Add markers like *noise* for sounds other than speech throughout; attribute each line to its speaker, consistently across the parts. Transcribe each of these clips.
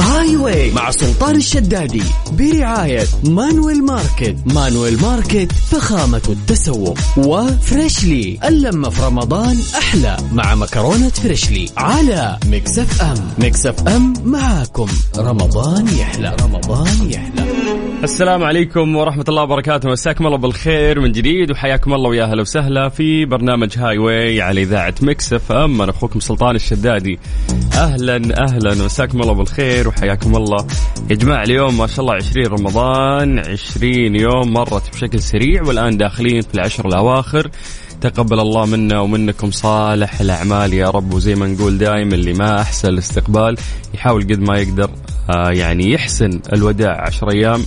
Speaker 1: هاي واي مع سلطان الشدادي برعاية مانويل ماركت مانويل ماركت فخامة التسوق وفريشلي اللمة في رمضان أحلى مع مكرونة فريشلي على مكسف أم مكسف أم معاكم رمضان يحلى رمضان يحلى
Speaker 2: السلام عليكم ورحمة الله وبركاته مساكم الله بالخير من جديد وحياكم الله ويا هلا وسهلا في برنامج هاي واي على إذاعة مكس اف ام أنا أخوكم سلطان الشدادي أهلا أهلا مساكم الله بالخير وحياكم الله يا جماعة اليوم ما شاء الله 20 رمضان 20 يوم مرت بشكل سريع والآن داخلين في العشر الأواخر تقبل الله منا ومنكم صالح الأعمال يا رب وزي ما نقول دايم اللي ما أحسن الاستقبال يحاول قد ما يقدر آه، يعني يحسن الوداع عشر أيام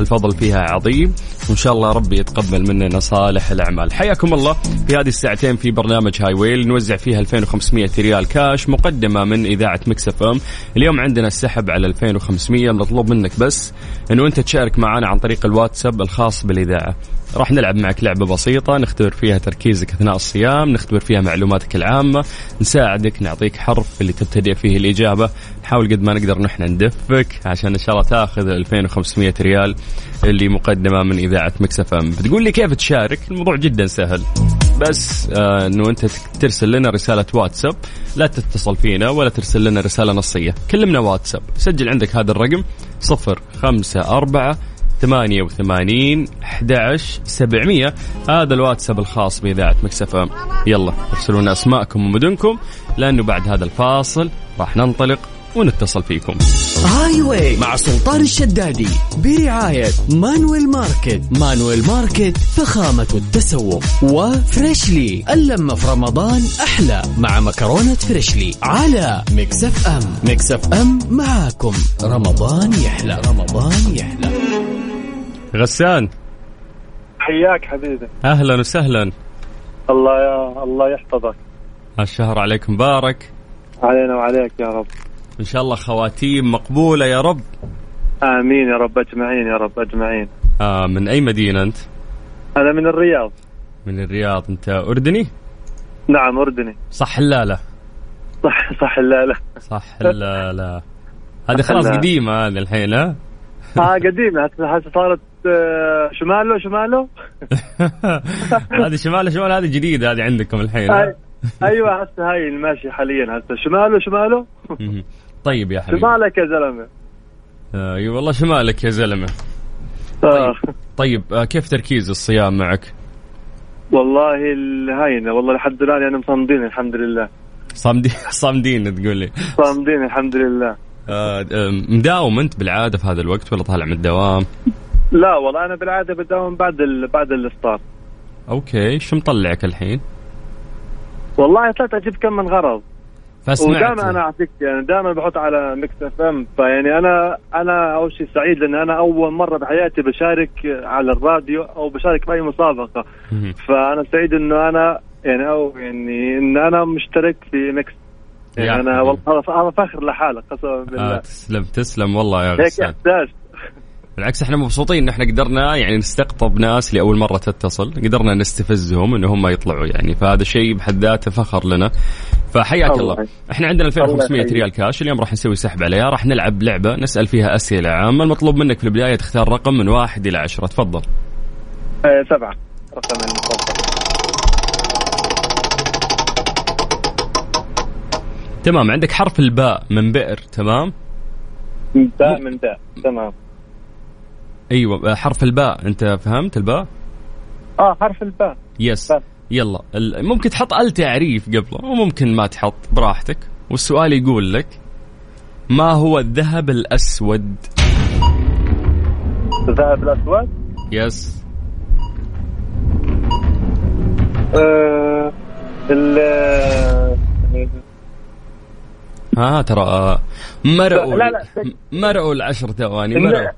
Speaker 2: الفضل فيها عظيم وإن شاء الله ربي يتقبل مننا صالح الأعمال حياكم الله في هذه الساعتين في برنامج هاي ويل نوزع فيها 2500 ريال كاش مقدمة من إذاعة مكسف أم اليوم عندنا السحب على 2500 مطلوب منك بس أنه أنت تشارك معنا عن طريق الواتساب الخاص بالإذاعة راح نلعب معك لعبة بسيطة نختبر فيها تركيزك أثناء الصيام نختبر فيها معلوماتك العامة نساعدك نعطيك حرف اللي تبتدئ فيه الإجابة نحاول قد ما نقدر نحن ندفك عشان إن شاء الله تاخذ 2500 ريال اللي مقدمة من إذاعة مكسف أم بتقول لي كيف تشارك الموضوع جدا سهل بس آه انه انت ترسل لنا رساله واتساب لا تتصل فينا ولا ترسل لنا رساله نصيه كلمنا واتساب سجل عندك هذا الرقم 054 88 11 700 هذا الواتساب الخاص بإذاعة مكسفة يلا ارسلوا لنا أسماءكم ومدنكم لأنه بعد هذا الفاصل راح ننطلق ونتصل فيكم
Speaker 1: هاي واي مع سلطان الشدادي برعاية مانويل ماركت مانويل ماركت فخامة التسوق وفريشلي اللمة في رمضان أحلى مع مكرونة فريشلي على مكسف أم مكسف أم معاكم رمضان يحلى رمضان يحلى
Speaker 2: غسان
Speaker 3: حياك حبيبي
Speaker 2: أهلا وسهلا
Speaker 3: الله يا الله يحفظك
Speaker 2: الشهر عليكم مبارك
Speaker 3: علينا وعليك يا رب
Speaker 2: إن شاء الله خواتيم مقبولة يا رب
Speaker 3: امين يا رب اجمعين يا رب اجمعين
Speaker 2: آه من أي مدينة أنت؟
Speaker 3: انا من الرياض
Speaker 2: من الرياض أنت أردني؟
Speaker 3: نعم اردني
Speaker 2: صح لا لا
Speaker 3: صح صح لا لا
Speaker 2: صح لا لا هذه خلاص
Speaker 3: لا.
Speaker 2: قديمة هذه الحين ها؟ *laughs*
Speaker 3: ها قديمه آه، هسه صارت آه، شماله شماله
Speaker 2: هذه شمال شمال هذه جديدة هذه عندكم الحين ها؟
Speaker 3: هاي ايوه هسه هاي اللي ماشي حاليا هسه شماله شماله
Speaker 2: مهم. طيب يا حبيبي
Speaker 3: شمالك يا زلمه
Speaker 2: آه، اي والله شمالك يا زلمة
Speaker 3: آه.
Speaker 2: طيب آه، كيف تركيز الصيام معك؟
Speaker 3: والله الهاينه والله لحد الان يعني مصمدين الحمد لله
Speaker 2: صامدين *laughs* صامدين تقول لي
Speaker 3: صامدين الحمد لله
Speaker 2: آه، آه، مداوم انت بالعادة في هذا الوقت ولا طالع من الدوام؟
Speaker 3: لا والله انا بالعاده بداوم بعد ال... بعد الافطار
Speaker 2: اوكي شو مطلعك الحين؟
Speaker 3: والله طلعت اجيب كم من غرض
Speaker 2: فسمعت
Speaker 3: ودائما انا اعطيك يعني دائما بحط على ميكس اف ام فيعني انا انا اول شيء سعيد لان انا اول مره بحياتي بشارك على الراديو او بشارك باي مسابقه
Speaker 2: مهم.
Speaker 3: فانا سعيد انه انا يعني او يعني ان انا مشترك في ميكس
Speaker 2: يا
Speaker 3: يعني انا
Speaker 2: حبيبي.
Speaker 3: والله هذا- هذا فخر لحالي قسما بالله
Speaker 2: آه، تسلم تسلم والله يا
Speaker 3: هيك
Speaker 2: غسان
Speaker 3: احساس
Speaker 2: بالعكس احنا مبسوطين ان احنا قدرنا يعني نستقطب ناس لاول مره تتصل قدرنا نستفزهم ان هم يطلعوا يعني فهذا شيء بحد ذاته فخر لنا فحياك الله,
Speaker 3: الله
Speaker 2: الله.
Speaker 3: يحييك.
Speaker 2: احنا عندنا 2500
Speaker 3: يحييك.
Speaker 2: ريال كاش اليوم راح نسوي سحب عليها راح نلعب لعبه نسال فيها اسئله عامه المطلوب منك في البدايه تختار رقم من واحد الى عشرة تفضل
Speaker 3: آه، سبعه رقم المفضل
Speaker 2: تمام عندك حرف الباء من بئر تمام
Speaker 3: داء من داء تمام
Speaker 2: ايوه حرف الباء انت فهمت الباء
Speaker 3: اه حرف الباء
Speaker 2: يس
Speaker 3: بس.
Speaker 2: يلا ال- ممكن تحط التعريف قبله وممكن ما تحط براحتك والسؤال يقول لك ما هو الذهب الاسود؟
Speaker 3: الذهب الاسود
Speaker 2: يس
Speaker 3: آه ال
Speaker 2: ها ترى آه، مرقوا
Speaker 3: لا، لا، لا.
Speaker 2: مرقوا العشر ثواني
Speaker 3: لا.
Speaker 2: مرقوا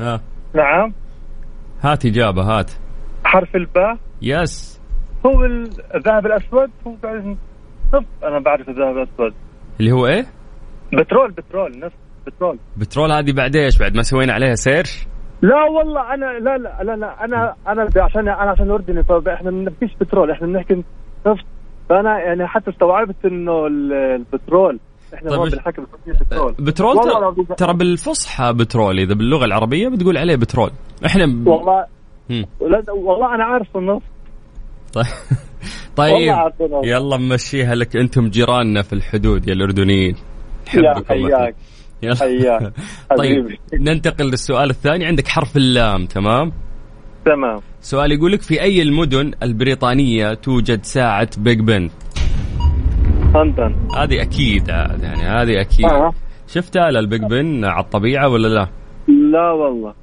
Speaker 2: ها
Speaker 3: نعم
Speaker 2: هات اجابه هات
Speaker 3: حرف الباء
Speaker 2: يس
Speaker 3: هو الذهب الاسود هو بعد نفط انا بعرف الذهب الاسود
Speaker 2: اللي هو ايه؟
Speaker 3: بترول بترول نفط بترول
Speaker 2: بترول هذه بعد ايش؟ بعد ما سوينا عليها سيرش؟
Speaker 3: لا والله انا لا لا لا, لا انا انا ب- عشان انا عشان اردني فاحنا ما بنحكيش بترول احنا بنحكي نفط فانا يعني حتى استوعبت انه ال- البترول
Speaker 4: احنا
Speaker 2: طيب
Speaker 4: هون
Speaker 2: إيش-
Speaker 4: بالحكي بنسميه بترول
Speaker 2: بترول
Speaker 4: والله
Speaker 2: ترى,
Speaker 4: العظيم.
Speaker 2: ترى بالفصحى بترول اذا باللغه العربيه بتقول عليه بترول احنا ب...
Speaker 4: والله
Speaker 2: مم.
Speaker 4: ولد- والله انا عارف النص
Speaker 2: طيب
Speaker 4: والله
Speaker 2: طيب
Speaker 4: عارف النص
Speaker 2: يلا نمشيها لك انتم جيراننا في الحدود يا الاردنيين
Speaker 4: يا
Speaker 2: نحبكم
Speaker 4: حياك
Speaker 2: يلا
Speaker 4: حياك
Speaker 2: طيب
Speaker 4: حبيبي
Speaker 2: ننتقل للسؤال الثاني عندك حرف اللام تمام
Speaker 4: تمام
Speaker 2: سؤال يقول لك في اي المدن البريطانيه توجد ساعه بيج بن
Speaker 4: لندن
Speaker 2: هذه اكيد عاد، يعني هذه اكيد
Speaker 4: آه.
Speaker 2: شفتها للبيج بن على الطبيعه ولا لا
Speaker 4: لا والله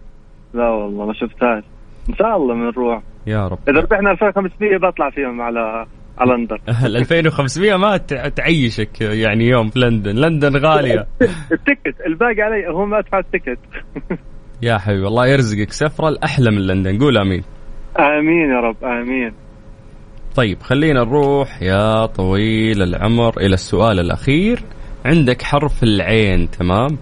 Speaker 4: لا والله ما شفتهاش ان شاء الله بنروح
Speaker 2: يا رب *laughs*
Speaker 4: اذا ربحنا 2500 بطلع فيهم على على لندن *laughs*
Speaker 2: ال 2500 ما تع- تعيشك يعني يوم في لندن لندن غاليه
Speaker 4: التكت الباقي علي هو ما ادفع التكت
Speaker 2: يا حبيبي الله يرزقك سفره الاحلى من لندن قول امين
Speaker 4: امين يا رب امين
Speaker 2: طيب خلينا نروح يا طويل العمر الى السؤال الاخير عندك حرف العين تمام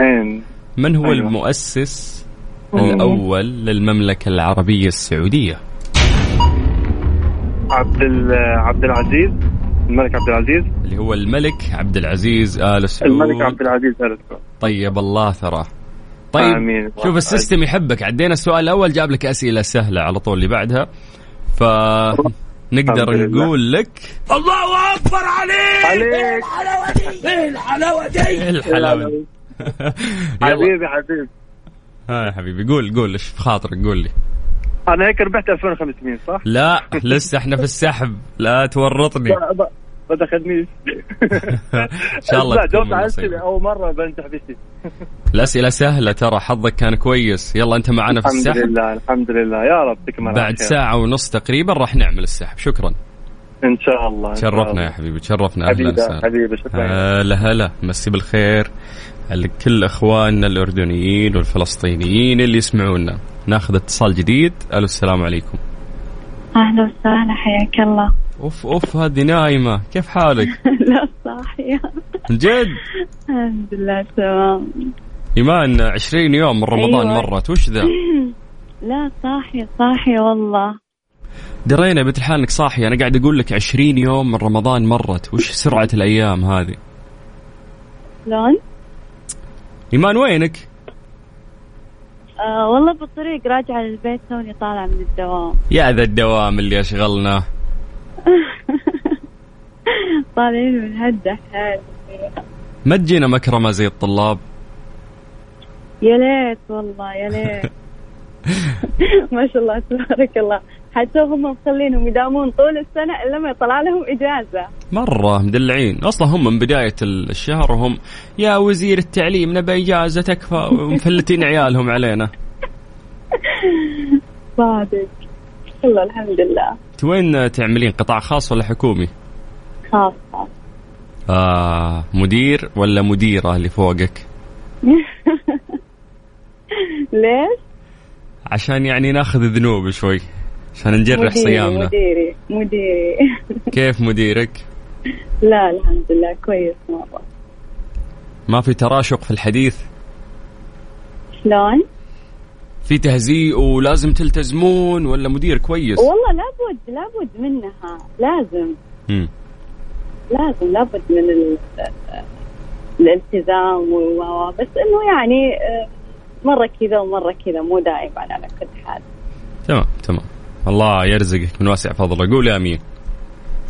Speaker 4: عين
Speaker 2: من هو
Speaker 4: أيوة.
Speaker 2: المؤسس الاول للمملكه العربيه السعوديه
Speaker 4: عبد ال- عبد العزيز الملك عبد العزيز
Speaker 2: اللي هو الملك عبد العزيز ال سعود
Speaker 4: الملك عبد العزيز ال سعود
Speaker 2: طيب الله ثراه طيب
Speaker 4: آمين.
Speaker 2: شوف السيستم يحبك عدينا السؤال الاول جاب لك اسئله سهله على طول اللي بعدها ف
Speaker 4: الحمد
Speaker 2: نقدر
Speaker 4: لله.
Speaker 2: نقول لك
Speaker 4: عليك
Speaker 2: ايه الحلاوه دي؟ *laughs* يلا
Speaker 4: حبيبي حبيبي
Speaker 2: ها يا حبيبي قول قول ايش في خاطرك قول لي
Speaker 4: انا هيك ربحت 2500 صح؟
Speaker 2: لا لسه احنا في السحب لا تورطني
Speaker 4: لا، ما- ما تاخذنيش
Speaker 2: *laughs* ان شاء الله
Speaker 4: لا
Speaker 2: تكون
Speaker 4: جاوبت
Speaker 2: من
Speaker 4: على
Speaker 2: نصيبك.
Speaker 4: الاسئله اول مره بنجح بشيء
Speaker 2: الاسئله سهله ترى حظك كان كويس يلا انت معنا في
Speaker 4: الحمد
Speaker 2: السحب
Speaker 4: لله الحمد لله يا رب تكمل على
Speaker 2: بعد
Speaker 4: خير.
Speaker 2: ساعه ونص تقريبا راح نعمل السحب شكرا
Speaker 4: ان شاء الله إن شاء
Speaker 2: تشرفنا
Speaker 4: الله.
Speaker 2: يا حبيبي تشرفنا اهلا
Speaker 4: حبيبي
Speaker 2: وسهلا
Speaker 4: حبيبي شكرا
Speaker 2: هلا هلا مسي بالخير على كل اخواننا الاردنيين والفلسطينيين اللي يسمعونا ناخذ اتصال جديد الو السلام عليكم
Speaker 5: أهلا وسهلا حياك الله
Speaker 2: اوف اوف هذه نايمه كيف حالك
Speaker 5: *laughs* لا صاحية
Speaker 2: من جد
Speaker 5: الحمد لله تمام
Speaker 2: ايمان 20 يوم من رمضان
Speaker 5: أيوة.
Speaker 2: مرت وش ذا
Speaker 5: لا صاحية صاحية والله
Speaker 2: درينا بنت الحال انك صاحي انا قاعد اقول لك 20 يوم من رمضان مرت وش سرعه الايام هذه
Speaker 5: لون
Speaker 2: ايمان وينك
Speaker 5: آه والله بالطريق راجعة للبيت توني طالعة من الدوام *laughs*
Speaker 2: يا ذا الدوام اللي اشغلنا
Speaker 5: طالعين من هدة حالي
Speaker 2: ما تجينا مكرمه زي الطلاب
Speaker 5: يا ليت والله يا ليت ما شاء الله تبارك الله حتى هم مخلينهم يداومون طول السنة إلا ما يطلع لهم إجازة
Speaker 2: مرة مدلعين أصلا هم من بداية الشهر وهم يا وزير التعليم نبي إجازة تكفى ومفلتين عيالهم علينا
Speaker 5: صادق والله الحمد لله
Speaker 2: أنت وين تعملين قطاع خاص ولا حكومي
Speaker 5: خاصة
Speaker 2: آه مدير ولا مديرة اللي فوقك
Speaker 5: ليش؟
Speaker 2: عشان يعني ناخذ ذنوب شوي عشان نجرح
Speaker 5: مديري
Speaker 2: صيامنا
Speaker 5: مديري مديري *laughs*
Speaker 2: كيف مديرك
Speaker 5: لا الحمد لله كويس مرة
Speaker 2: ما في تراشق في الحديث
Speaker 5: شلون؟
Speaker 2: في تهزيء ولازم تلتزمون ولا مدير كويس
Speaker 5: والله لابد لابد منها لازم
Speaker 2: مم.
Speaker 5: لازم لابد من ال... الالتزام و و- و- بس انه يعني آه، مرة كذا ومرة كذا مو دائما على كل حال
Speaker 2: تمام تمام الله يرزقك من واسع فضله قول امين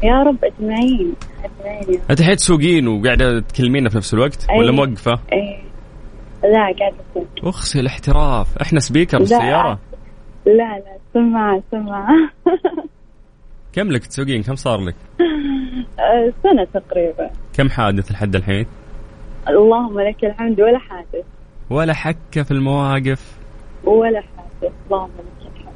Speaker 5: يا رب اجمعين اجمعين يا رب.
Speaker 2: انت الحين تسوقين وقاعده تكلمينا في نفس الوقت
Speaker 5: أيوة.
Speaker 2: ولا موقفه؟
Speaker 5: إيه. لا قاعد أقول.
Speaker 2: اخسي الاحتراف احنا سبيكر
Speaker 5: لا.
Speaker 2: السياره
Speaker 5: لا لا سمعة سمعة
Speaker 2: كم لك تسوقين كم صار لك؟
Speaker 5: آه، *laughs* سنة تقريبا
Speaker 2: كم حادث لحد الحين؟
Speaker 5: اللهم لك الحمد ولا حادث
Speaker 2: ولا حكه في المواقف
Speaker 5: ولا حادث اللهم لك الحمد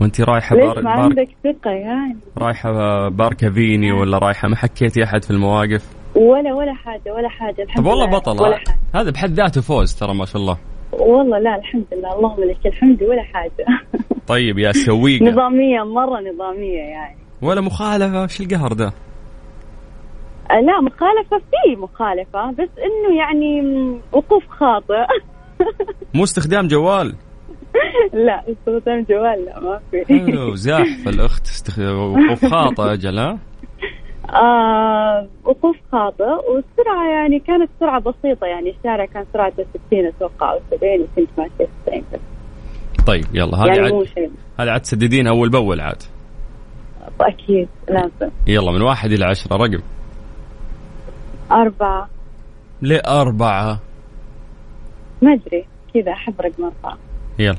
Speaker 2: وانت رايحه
Speaker 5: ليش ما
Speaker 2: بارك
Speaker 5: عندك ثقة يعني
Speaker 2: رايحه باركه فيني ولا رايحه ما حكيتي احد في المواقف
Speaker 5: ولا ولا حاجة ولا حاجة الحمد
Speaker 2: طب والله
Speaker 5: لله ولا
Speaker 2: بطل
Speaker 5: حاجة.
Speaker 2: هذا بحد ذاته فوز ترى ما شاء الله
Speaker 5: والله لا الحمد لله اللهم لك الحمد ولا
Speaker 2: *laughs*
Speaker 5: حاجة
Speaker 2: طيب
Speaker 5: *laughs*
Speaker 2: يا سويقه
Speaker 5: نظامية مرة نظامية يعني
Speaker 2: ولا مخالفه وش القهر ده
Speaker 5: آه، لا مخالفة في مخالفة بس انه يعني م، وقوف خاطئ *laughs*
Speaker 2: مو استخدام جوال
Speaker 5: لا استخدام جوال لا ما في
Speaker 2: حلو زاحفه الاخت استخ- وقوف خاطئ اجل ها
Speaker 5: *laughs* آه، وقوف خاطئ والسرعة يعني كانت سرعة بسيطة يعني الشارع كان سرعته 60 أتوقع أو 70 وكنت ماشية 90 بس
Speaker 2: طيب يلا هذه
Speaker 5: يعني مو
Speaker 2: عاد
Speaker 5: شيء
Speaker 2: هذه عاد تسددينها اول باول عاد
Speaker 5: أكيد لازم
Speaker 2: يلا من واحد الى عشره رقم
Speaker 5: أربعة
Speaker 2: لاربعه
Speaker 5: ما أدري كذا أحب رقم أربعة
Speaker 2: يلا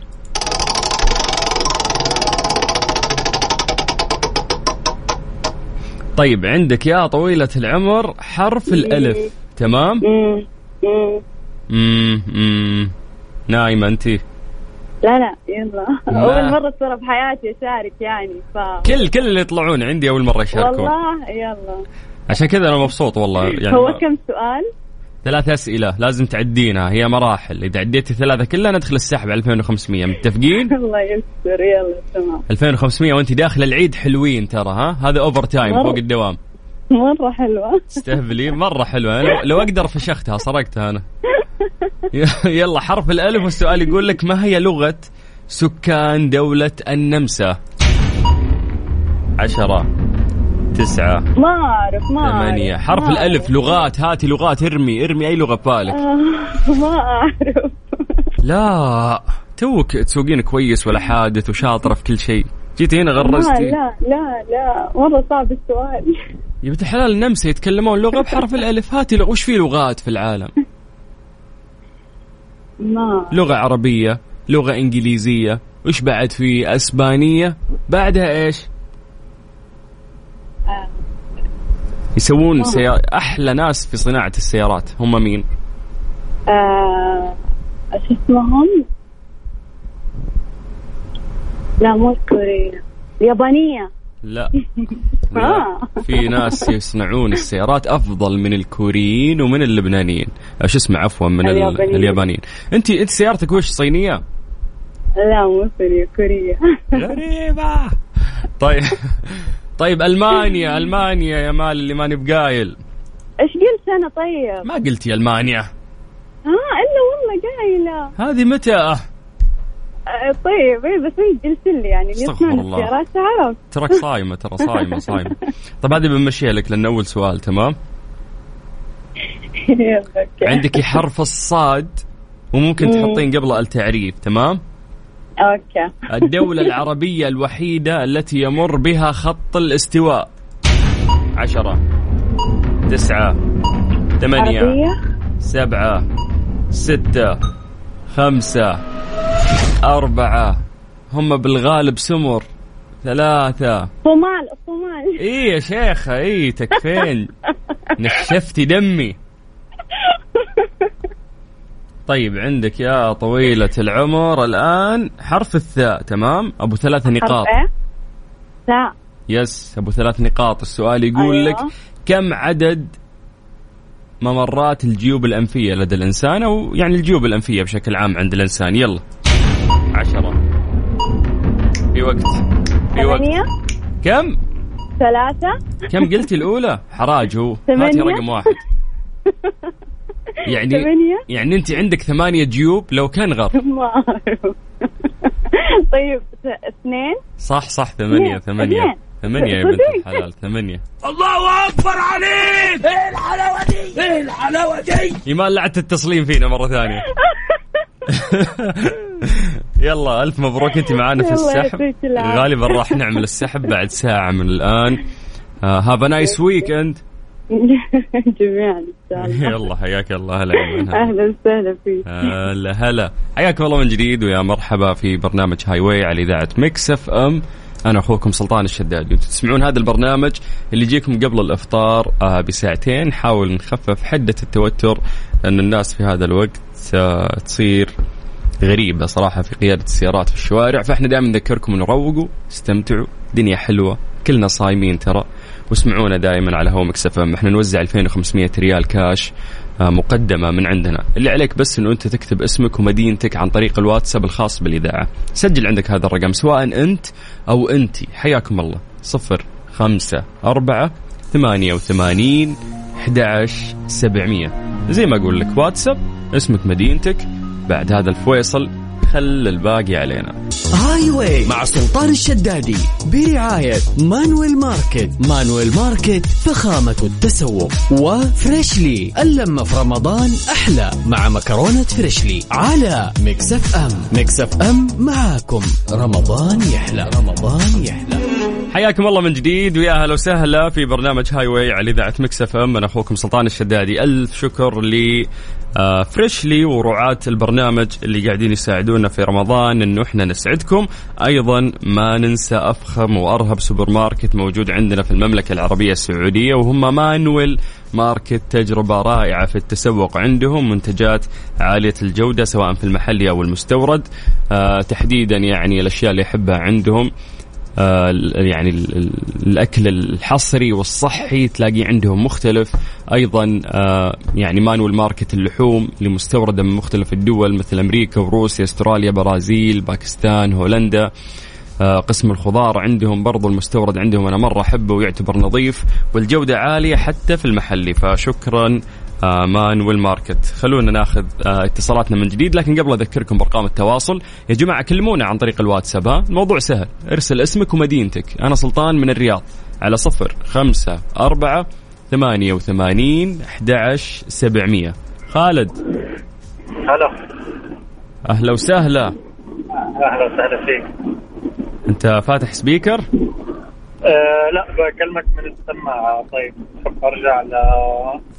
Speaker 2: طيب عندك يا طويلة العمر حرف الألف تمام؟
Speaker 5: مم. مم.
Speaker 2: مم. مم. نايمة أنت
Speaker 5: لا لا يلا
Speaker 2: لا.
Speaker 5: أول مرة تصير بحياتي أشارك يعني ف
Speaker 2: كل كل اللي يطلعون عندي أول مرة يشاركون
Speaker 5: والله يلا
Speaker 2: عشان كذا أنا مبسوط والله يعني
Speaker 5: هو
Speaker 2: ما-
Speaker 5: كم سؤال؟
Speaker 2: ثلاث أسئلة لازم تعدينها هي مراحل إذا عديتي ثلاثة كلها ندخل السحب على 2500
Speaker 5: *laughs*
Speaker 2: متفقين؟
Speaker 5: الله يستر يلا تمام
Speaker 2: 2500 وأنت داخل العيد حلوين ترى ها هذا أوفر تايم
Speaker 5: مرة.
Speaker 2: فوق الدوام
Speaker 5: مرة حلوة
Speaker 2: تستهبلي مره حلوه أنا لو اقدر فشختها سرقتها انا يلا حرف الالف والسؤال يقول لك ما هي لغه سكان دوله النمسا عشرة تسعة
Speaker 5: ما أعرف ما أعرف
Speaker 2: ثمانية حرف
Speaker 5: ما أعرف.
Speaker 2: الألف لغات هاتي لغات ارمي ارمي أي لغة ببالك
Speaker 5: آه، ما أعرف
Speaker 2: لا توك تسوقين كويس ولا حادث وشاطرة في كل شيء جيتي هنا
Speaker 5: ما
Speaker 2: غرزتي
Speaker 5: لا لا لا مرة صعب السؤال
Speaker 2: يا بنت الحلال النمسا يتكلمون لغة بحرف الألف هاتي لغة. وش في لغات في العالم
Speaker 5: ما
Speaker 2: لغة عربية لغة إنجليزية وش بعد في أسبانية بعدها إيش
Speaker 5: آه.
Speaker 2: يسوون سيار... أحلى ناس في صناعة السيارات هم مين
Speaker 5: آه، شو اسمهم؟ لا مو كوريا يابانية *laughs*
Speaker 2: لا, لا.
Speaker 5: آه.
Speaker 2: في ناس يصنعون السيارات أفضل من الكوريين ومن اللبنانيين آه، شو اسمه عفوا من ال-
Speaker 5: اليابانيين.
Speaker 2: اليابانيين أنت أنت سيارتك وش صينية
Speaker 5: لا مو سوريا كوريا *laughs*
Speaker 2: غريبة طيب طيب ألمانيا ألمانيا يا مال اللي ماني بقايل
Speaker 5: ايش قلت أنا طيب؟
Speaker 2: ما قلتي ألمانيا
Speaker 5: ها إلا والله قايلة
Speaker 2: هذه متى
Speaker 5: آه، طيب إيه بس أنت قلت لي يعني اللي
Speaker 2: استغفر
Speaker 5: يسمعون
Speaker 2: الله.
Speaker 5: السيارات عرف
Speaker 2: تراك صايمة ترى صايمة صايمة طب هذه بنمشيها لك لأن أول سؤال تمام
Speaker 5: يلا، *laughs* أوكي.
Speaker 2: عندك حرف الصاد وممكن تحطين قبله التعريف تمام
Speaker 5: اوكي
Speaker 2: الدولة العربية الوحيدة التي يمر بها خط الاستواء عشرة تسعة ثمانية
Speaker 5: عربية
Speaker 2: سبعة ستة خمسة أربعة هم بالغالب سمر ثلاثة
Speaker 5: صومال صومال
Speaker 2: ايه يا شيخة ايه
Speaker 5: *laughs*
Speaker 2: تكفين نشفتي دمي طيب عندك يا طويلة العمر الآن حرف الثاء تمام أبو ثلاث نقاط
Speaker 5: حرف إيه؟ لا
Speaker 2: يس أبو ثلاث نقاط السؤال يقول
Speaker 5: أيوة.
Speaker 2: لك كم عدد ممرات الجيوب الأنفية لدى الإنسان أو يعني الجيوب الأنفية بشكل عام عند الإنسان يلا عشرة في وقت في وقت
Speaker 5: ثمانية
Speaker 2: كم
Speaker 5: ثلاثة
Speaker 2: كم قلتي الأولى؟ حراج هو
Speaker 5: ثمانية.
Speaker 2: هاتي رقم واحد
Speaker 5: *laughs*
Speaker 2: يعني
Speaker 5: ثمانية *laughs*
Speaker 2: يعني أنت عندك ثمانية جيوب لو كان غر
Speaker 5: ما أعرف *laughs* طيب ث- اثنين *laughs*
Speaker 2: صح صح ثمانية
Speaker 5: اثنين،
Speaker 2: ثمانية
Speaker 5: اثنين.
Speaker 2: ثمانية يا بنت
Speaker 5: صدق؟
Speaker 2: الحلال ثمانية
Speaker 1: الله أكبر عليك إيه الحلاوة دي إيه الحلاوة دي
Speaker 2: إيمان لعت التصليم فينا مرة ثانية يلا ألف مبروك أنت معانا في
Speaker 5: الله
Speaker 2: السحب
Speaker 5: يعطيك العافية.
Speaker 2: غالبا راح نعمل السحب بعد ساعة من الآن آه، هاف نايس ويكند
Speaker 5: جميعا إن
Speaker 2: *laughs*
Speaker 5: شاء الله
Speaker 2: يلا حياك الله هلا يا إيمان.
Speaker 5: أهلا وسهلا فيك
Speaker 2: هلا هلا حياكم الله من جديد ويا مرحبا في برنامج هاي واي على اذاعه مكس اف ام انا اخوكم سلطان الشدادي وانتم تسمعون هذا البرنامج اللي يجيكم قبل الافطار آه، بساعتين نحاول نخفف حده التوتر لان الناس في هذا الوقت آه، تصير غريبة صراحة في قيادة السيارات في الشوارع فاحنا دائما نذكركم انه روقوا استمتعوا دنيا حلوة كلنا صايمين ترى واسمعونا دائما على هو مكسف ام احنا نوزع 2500 ريال كاش آه، مقدمة من عندنا اللي عليك بس انه انت تكتب اسمك ومدينتك عن طريق الواتساب الخاص بالاذاعة سجل عندك هذا الرقم سواء انت او انتي حياكم الله صفر خمسة أربعة ثمانية وثمانين 11700 زي ما اقول لك واتساب اسمك مدينتك بعد هذا الفويصل خل الباقي علينا
Speaker 1: هاي واي مع سلطان الشدادي برعاية مانويل ماركت مانويل ماركت فخامة التسوق وفريشلي اللمة في رمضان أحلى مع مكرونة فريشلي على مكسف أم مكسف أم معاكم رمضان يحلى رمضان يحلى
Speaker 2: حياكم الله من جديد ويا اهلا وسهلا في برنامج هاي واي على اذاعه مكسف ام انا اخوكم سلطان الشدادي الف شكر ل آه، فريشلي ورعاة البرنامج اللي قاعدين يساعدونا في رمضان انه احنا نسعدكم ايضا ما ننسى افخم وارهب سوبر ماركت موجود عندنا في المملكه العربيه السعوديه وهم مانويل ماركت تجربة رائعة في التسوق عندهم منتجات عالية الجودة سواء في المحلي أو المستورد آه تحديدا يعني الأشياء اللي يحبها عندهم آه، يعني ال- ال- الاكل الحصري والصحي تلاقيه عندهم مختلف ايضا آه، يعني مانوال ماركت اللحوم اللي مستورده من مختلف الدول مثل امريكا وروسيا استراليا برازيل باكستان هولندا آه، قسم الخضار عندهم برضو المستورد عندهم انا مره احبه ويعتبر نظيف والجوده عاليه حتى في المحلي فشكرا آه، مانويل ماركت خلونا ناخذ آه، اتصالاتنا من جديد لكن قبل اذكركم بارقام التواصل يا جماعه كلمونا عن طريق الواتساب ها الموضوع سهل ارسل اسمك ومدينتك انا سلطان من الرياض على صفر خمسة أربعة ثمانية وثمانين أحد سبعمية خالد
Speaker 4: هلا
Speaker 2: أهلا وسهلا
Speaker 4: اهلا وسهلا فيك
Speaker 2: أنت فاتح سبيكر
Speaker 4: أه لا بكلمك من السماعه طيب حب ارجع ل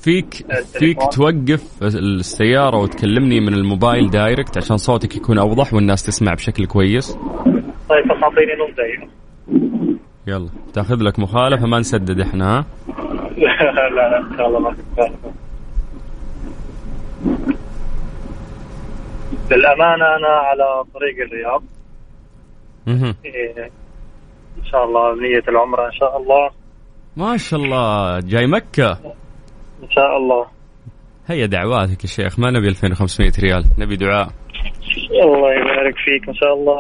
Speaker 2: فيك
Speaker 4: آه، التليفون.
Speaker 2: فيك توقف السيارة وتكلمني من الموبايل دايركت عشان صوتك يكون أوضح والناس تسمع بشكل كويس
Speaker 4: طيب بس اعطيني نص دقيقه
Speaker 2: يلا تاخذ لك مخالفة ما نسدد احنا ها
Speaker 4: *laughs* لا لا ان شاء الله ما في مخالفة. للامانه انا على طريق الرياض
Speaker 2: مهم.
Speaker 4: إيه، ان شاء الله نيه العمره ان شاء الله
Speaker 2: ما شاء الله جاي مكة
Speaker 4: ان شاء الله
Speaker 2: هيا دعواتك يا شيخ ما نبي 2500 ريال نبي دعاء
Speaker 4: الله يبارك فيك ان شاء الله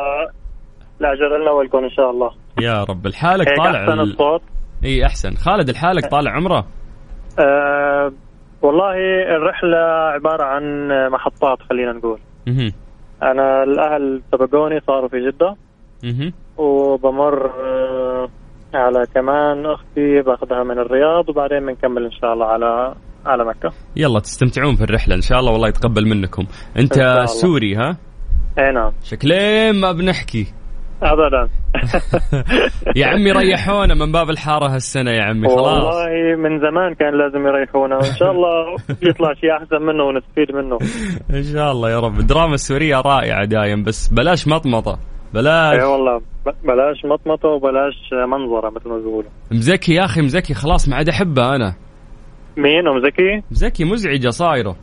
Speaker 4: لا اجر لنا والكم ان شاء الله
Speaker 2: يا رب الحالك
Speaker 4: هيك
Speaker 2: طالع
Speaker 4: احسن
Speaker 2: ال...
Speaker 4: إيه، الصوت
Speaker 2: اي احسن خالد الحالك طالع عمره
Speaker 4: أه والله الرحله عباره عن محطات خلينا نقول
Speaker 2: مهم.
Speaker 4: انا الاهل سبقوني صاروا في جده
Speaker 2: مهم.
Speaker 4: وبمر آه، على كمان اختي باخذها من الرياض وبعدين بنكمل ان شاء الله على على مكه
Speaker 2: يلا تستمتعون في الرحلة ان شاء الله والله يتقبل منكم
Speaker 4: إن شاء
Speaker 2: انت
Speaker 4: الله.
Speaker 2: سوري ها
Speaker 4: اي نعم
Speaker 2: شكلين ما بنحكي
Speaker 4: ابدا
Speaker 2: يا عمي ريحونا من باب الحارة هالسنة يا عمي خلاص
Speaker 4: والله من زمان كان لازم يريحونا وان شاء الله يطلع شيء احسن منه ونستفيد منه
Speaker 2: ان شاء الله يا رب الدراما السورية رائعة دايم بس بلاش مطمطة
Speaker 4: اي
Speaker 2: بلاش
Speaker 4: إيه والله ب- بلاش مطمطه وبلاش منظره مثل ما بيقولوا
Speaker 2: مزكي يا اخي مزكي خلاص ما عاد احبه انا
Speaker 4: مين ام *laughs* زكي؟
Speaker 2: مزكي مزعجة صايرة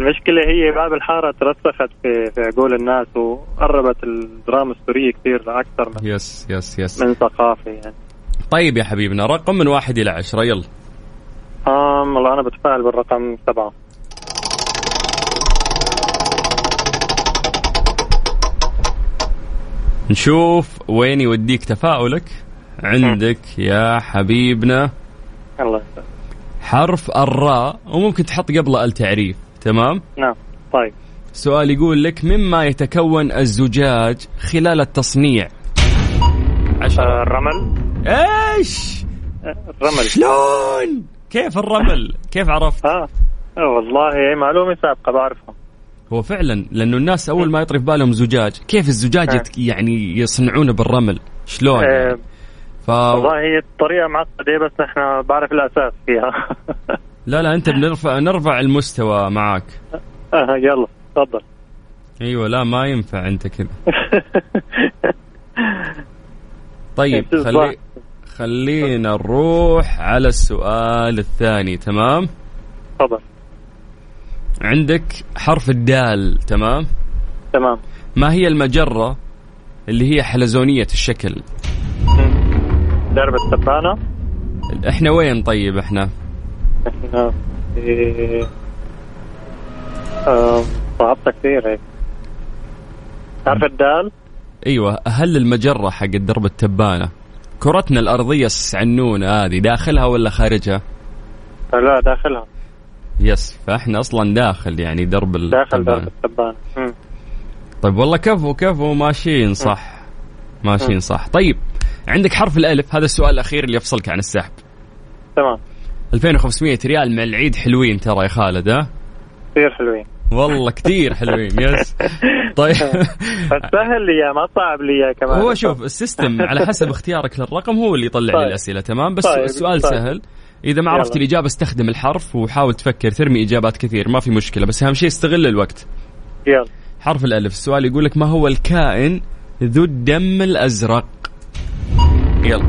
Speaker 4: المشكله هي باب الحاره ترسخت في في عقول الناس وقربت الدراما السوريه كثير لاكثر من-
Speaker 2: يس يس يس
Speaker 4: من ثقافه يعني
Speaker 2: طيب يا حبيبنا رقم من واحد إلى عشرة يلا
Speaker 4: آم والله أنا بتفائل بالرقم سبعة
Speaker 2: نشوف وين يوديك تفاؤلك عندك يا حبيبنا
Speaker 4: الله يسعدك.
Speaker 2: حرف الراء وممكن تحط قبله التعريف تمام
Speaker 4: نعم طيب
Speaker 2: سؤال يقول لك مما يتكون الزجاج خلال التصنيع
Speaker 4: آه،
Speaker 2: عشرة
Speaker 4: الرمل
Speaker 2: ايش
Speaker 4: آه، الرمل
Speaker 2: شلون كيف الرمل كيف عرفت
Speaker 4: اه آه، والله معلومة سابقة بعرفها
Speaker 2: هو فعلا لانه الناس اول ما يطري في بالهم زجاج كيف الزجاج
Speaker 4: آه.
Speaker 2: يت- يعني يصنعونه بالرمل شلون
Speaker 4: آه،
Speaker 2: يعني؟ ف...
Speaker 4: والله هي الطريقة معقدة بس نحن بعرف الأساس فيها *laughs*
Speaker 2: لا لا انت بنرفع نرفع المستوى معك
Speaker 4: آه، يلا تفضل *laughs*
Speaker 2: ايوه لا ما ينفع انت كذا طيب
Speaker 4: *laughs* إيه،
Speaker 2: خلي خلينا نروح على السؤال الثاني تمام
Speaker 4: تفضل
Speaker 2: عندك حرف الدال تمام
Speaker 4: تمام
Speaker 2: ما هي المجرة اللي هي حلزونية الشكل
Speaker 4: درب السبانة
Speaker 2: احنا وين طيب احنا
Speaker 4: نحن في آه، صعبتها كثير هيك تعرف الدال؟
Speaker 2: ايوه هل المجرة حق درب التبانة كرتنا الأرضية السعنونة هذه داخلها ولا خارجها
Speaker 4: آه، لا داخلها
Speaker 2: يس فاحنا اصلا داخل يعني درب ال-
Speaker 4: داخل درب
Speaker 2: التبانة.
Speaker 4: التبانة مم.
Speaker 2: طيب والله كفو كفو ماشيين صح ماشيين صح طيب عندك حرف الالف هذا السؤال الاخير اللي يفصلك عن السحب
Speaker 4: تمام
Speaker 2: 2500 ريال مع العيد حلوين ترى يا خالد ها
Speaker 4: كثير حلوين
Speaker 2: والله كثير حلوين
Speaker 4: *laughs*
Speaker 2: يس طيب
Speaker 4: فسهل لي إياه، ما تصعب لي إياه كمان
Speaker 2: هو شوف السيستم على حسب اختيارك للرقم هو اللي يطلع لي
Speaker 4: طيب.
Speaker 2: الاسئله تمام بس
Speaker 4: طيب.
Speaker 2: السؤال
Speaker 4: طيب.
Speaker 2: سهل اذا ما عرفت
Speaker 4: يلا.
Speaker 2: الاجابه استخدم الحرف وحاول تفكر ترمي اجابات كثير ما في مشكله بس اهم شيء استغل الوقت
Speaker 4: يلا
Speaker 2: حرف الالف السؤال يقول لك ما هو الكائن ذو الدم الازرق يلا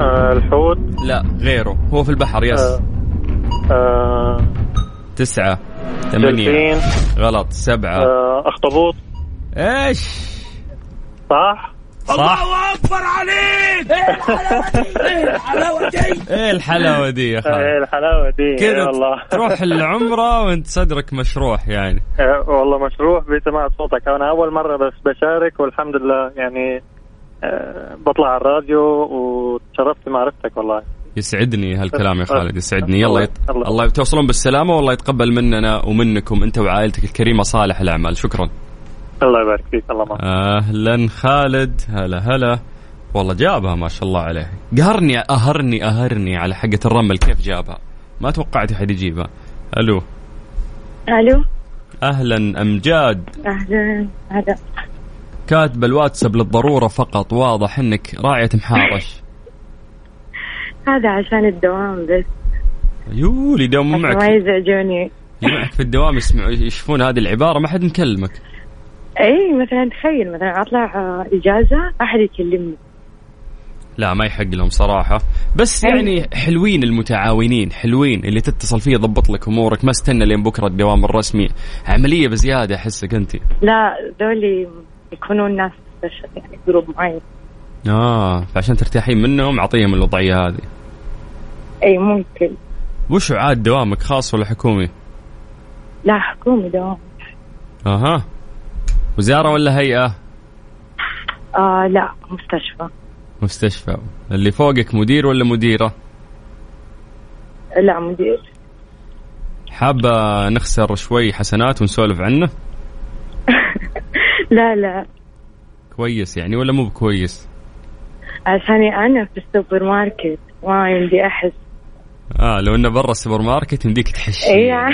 Speaker 4: آه، الحوت
Speaker 2: لا غيره هو في البحر يس
Speaker 4: آه، آه،
Speaker 2: تسعة ثمانية
Speaker 4: دلفين
Speaker 2: غلط سبعة
Speaker 4: آه، اخطبوط آه.
Speaker 2: ايش
Speaker 4: صح؟
Speaker 2: صح إيه الله اكبر عليك ايه الحلاوة دي ايه الحلاوة دي يا خالد
Speaker 4: ايه الحلاوه دي
Speaker 2: كذا
Speaker 4: إيه والله
Speaker 2: تروح العمرة وانت صدرك مشروح يعني
Speaker 4: آه، والله مشروع بسماع صوتك انا اول مره بس بشارك والحمد لله يعني آه، بطلع على الراديو وتشرفت بمعرفتك والله
Speaker 2: يسعدني هالكلام يا خالد يسعدني يلا
Speaker 4: الله-
Speaker 2: يت...
Speaker 4: الله.
Speaker 2: الله توصلون بالسلامة والله يتقبل مننا ومنكم انت وعائلتك الكريمة صالح الأعمال شكرا
Speaker 4: الله يبارك فيك الله معك
Speaker 2: أهلا خالد هلا هلا والله جابها ما شاء الله عليه قهرني أهرني أهرني على حقة الرمل كيف جابها ما توقعت أحد يجيبها ألو
Speaker 6: الو
Speaker 2: أهلا أمجاد
Speaker 6: اهلا هلا
Speaker 2: كاتب الواتساب للضرورة فقط واضح أنك راعية محارش
Speaker 6: هذا عشان الدوام بس
Speaker 2: يو اللي يداومون
Speaker 6: عشان ما
Speaker 2: معك
Speaker 6: يزعجوني
Speaker 2: اللي معك في الدوام يسمعوا يشوفون هذه العباره ما حد مكلمك
Speaker 6: اي مثلا تخيل مثلا اطلع آه، اجازه احد يكلمني
Speaker 2: لا ما يحق لهم صراحه بس
Speaker 6: أيوة.
Speaker 2: يعني حلوين المتعاونين حلوين اللي تتصل فيه يضبط لك امورك ما استنى لين بكره الدوام الرسمي عمليه بزياده احسك انت
Speaker 6: لا ذولي يكونون ناس سبيشل يعني جروب معين
Speaker 2: اه فعشان ترتاحين منهم اعطيهم الوضعيه هذه
Speaker 6: اي ممكن
Speaker 2: وش عاد دوامك خاص ولا حكومي
Speaker 6: لا حكومي دوام
Speaker 2: اها وزاره ولا هيئه
Speaker 6: آه لا مستشفى
Speaker 2: مستشفى اللي فوقك مدير ولا مديره
Speaker 6: لا مدير
Speaker 2: حابه نخسر شوي حسنات ونسولف عنه
Speaker 6: لا لا
Speaker 2: كويس يعني ولا مو بكويس
Speaker 6: عشان انا في السوبر ماركت ما عندي احس
Speaker 2: اه لو انه برا السوبر ماركت يمديك تحش
Speaker 6: اي *laughs*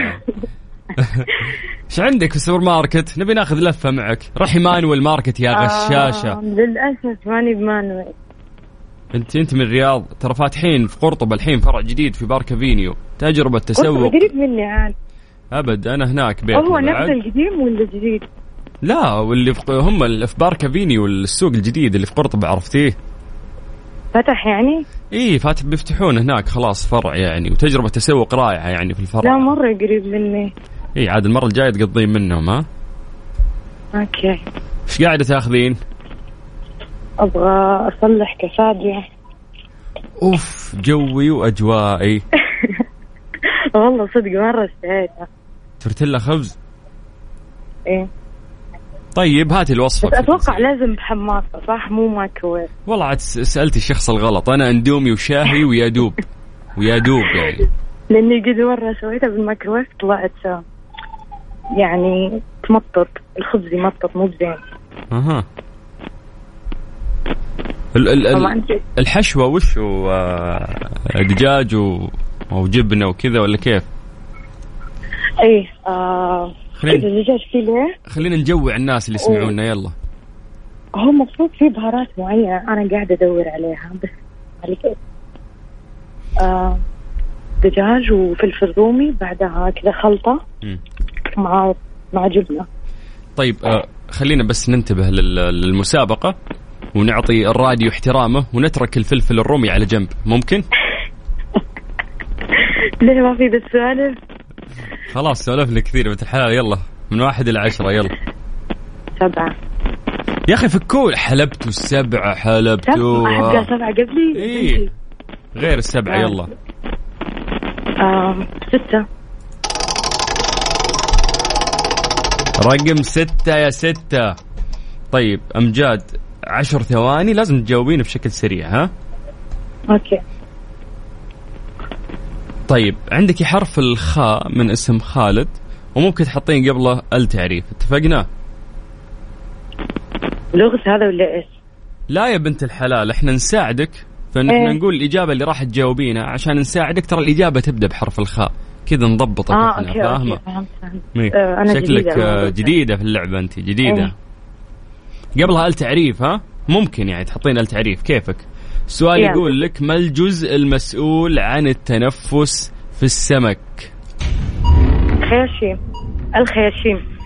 Speaker 2: ايش عندك في السوبر ماركت؟ نبي ناخذ لفه معك، روحي مانويل ماركت يا غشاشه،
Speaker 6: آه للاسف ماني بمانوي
Speaker 2: انت انت من الرياض، ترى فاتحين في قرطبه الحين فرع جديد في بارك افينيو، تجربه تسوق
Speaker 6: قريب مني عاد
Speaker 2: ابد انا هناك بيت
Speaker 6: هو نفس
Speaker 2: بعد.
Speaker 6: القديم ولا الجديد؟
Speaker 2: لا واللي في هم اللي في بارك افينيو السوق الجديد اللي في قرطبه عرفتيه؟
Speaker 6: فتح يعني؟
Speaker 2: ايه فاتح بيفتحون هناك خلاص فرع يعني وتجربه تسوق رائعه يعني في الفرع
Speaker 6: لا مره قريب مني
Speaker 2: ايه عاد المره الجايه تقضين منهم ها؟
Speaker 6: اوكي
Speaker 2: ايش قاعده تاخذين؟
Speaker 6: ابغى اصلح كفاجة
Speaker 2: اوف جوي واجوائي
Speaker 6: والله صدق مره استعيتها
Speaker 2: تورتيلا خبز
Speaker 6: ايه
Speaker 2: طيب هاتي الوصفه
Speaker 6: بس اتوقع لازم بحماصه صح مو مايكروويف
Speaker 2: والله عاد س- سالتي الشخص الغلط انا اندومي وشاهي ويادوب ويادوب يعني
Speaker 6: لاني قد مره سويتها بالمايكروويف طلعت آه، يعني تمطط الخبز يمطط مو بزين
Speaker 2: اها ال- ال-
Speaker 6: طبعا
Speaker 2: ال-
Speaker 6: انت
Speaker 2: الحشوه وش هو؟ آه، دجاج و... وجبنه وكذا ولا كيف؟
Speaker 6: ايه آه
Speaker 2: خلينا
Speaker 6: الدجاج فيليه
Speaker 2: خلينا نجوع الناس اللي يسمعونا يلا
Speaker 6: هو المفروض فيه بهارات معينه انا قاعده ادور عليها بس عليك إيه؟ آه دجاج وفلفل رومي بعدها كذا خلطه
Speaker 2: مم.
Speaker 6: مع مع جبنه
Speaker 2: طيب آه، خلينا بس ننتبه لل- للمسابقه ونعطي الراديو احترامه ونترك الفلفل الرومي على جنب ممكن؟
Speaker 6: ليه ما في بس سالف
Speaker 2: خلاص سولفنا كثير بنت الحلال يلا من واحد إلى عشرة يلا
Speaker 6: سبعه
Speaker 2: يا أخي فكوا حلبتوا السبعة
Speaker 6: سبعه حقها
Speaker 2: حلبتوا
Speaker 6: سبعه قبلي
Speaker 2: آه. إيه. غير السبعة يلا
Speaker 6: آه سته
Speaker 2: رقم ستة يا ستة طيب أمجاد عشر ثواني لازم تجاوبين بشكل سريع ها
Speaker 6: اوكي
Speaker 2: طيب عندك حرف الخاء من اسم خالد وممكن تحطين قبله التعريف اتفقنا
Speaker 6: لغز هذا ولا ايش؟
Speaker 2: لا يا بنت الحلال احنا نساعدك فان احنا
Speaker 6: إيه.
Speaker 2: نقول الاجابه اللي راح تجاوبينا عشان نساعدك ترى الاجابه تبدا بحرف الخاء كذا نضبطك
Speaker 6: اه
Speaker 2: احنا
Speaker 6: اوكي
Speaker 2: فاهمه
Speaker 6: اوكي فهمت فهمت
Speaker 2: مي.
Speaker 6: آه، أنا
Speaker 2: شكلك
Speaker 6: جديدة
Speaker 2: آه،
Speaker 6: بالموضوع.
Speaker 2: جديده في اللعبه انت جديده
Speaker 6: إيه.
Speaker 2: قبلها التعريف ها ممكن يعني تحطين التعريف كيفك السؤال
Speaker 6: يلا.
Speaker 2: يقول لك ما الجزء المسؤول عن التنفس في السمك
Speaker 6: خياشيم الخياشيم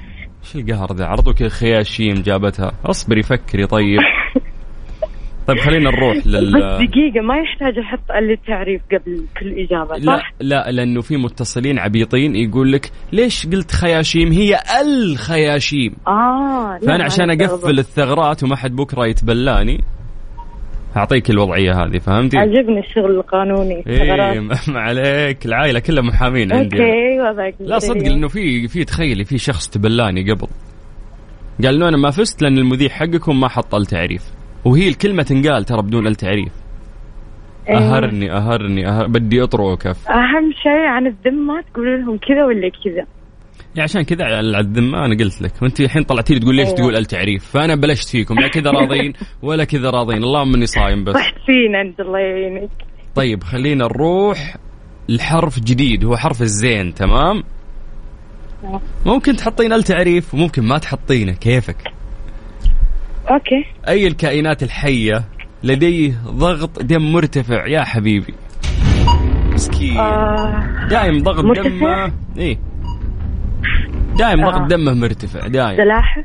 Speaker 2: ايش القهر ذا عرضه كذا خياشيم جابتها اصبري فكري
Speaker 6: *laughs*
Speaker 2: طيب طيب خلينا نروح لل
Speaker 6: بس دقيقة ما يحتاج احط التعريف قبل كل اجابة
Speaker 2: لا
Speaker 6: صح؟
Speaker 2: لا لانه في متصلين عبيطين يقول لك ليش قلت خياشيم هي الخياشيم
Speaker 7: آه،
Speaker 6: اه لا،
Speaker 2: فانا عشان
Speaker 6: معلش،
Speaker 2: اقفل الثغرات وما حد بكره يتبلاني اعطيك الوضعيه هذه فهمتي؟
Speaker 6: عجبني الشغل القانوني
Speaker 2: ايه
Speaker 6: ثغرات.
Speaker 2: ما *laughs* ما عليك العائله كلها محامين عندي
Speaker 6: اوكي ايوه باقي
Speaker 2: لا صدق
Speaker 6: الدنيا.
Speaker 2: لانه في في تخيلي في شخص تبلاني قبل قال له انا ما فزت لان المذيع حقكم ما حط التعريف وهي الكلمه تنقال ترى بدون التعريف
Speaker 6: إيه.
Speaker 2: اهرني اهرني, أهر... بدي اطرقه كف
Speaker 6: اهم شيء عن الذمة تقول لهم كذا ولا كذا
Speaker 2: يعني عشان كذا على الذمه انا قلت لك وانت الحين طلعتي لي تقول ليش
Speaker 6: أيوة.
Speaker 2: تقول التعريف فانا بلشت فيكم لا كذا راضين ولا كذا راضين اللهم اني صايم بس
Speaker 6: صحت فينا انت الله يعينك
Speaker 2: طيب خلينا نروح لحرف جديد هو حرف الزين تمام ممكن تحطين التعريف وممكن ما تحطينه كيفك
Speaker 6: اوكي
Speaker 2: أي الكائنات الحية لديه ضغط دم مرتفع يا حبيبي مسكين
Speaker 6: آه
Speaker 2: دايم ضغط
Speaker 6: مرتفع؟
Speaker 2: دمه إيه دايم
Speaker 6: آه.
Speaker 2: ضغط دمه مرتفع دايم
Speaker 6: سلاحف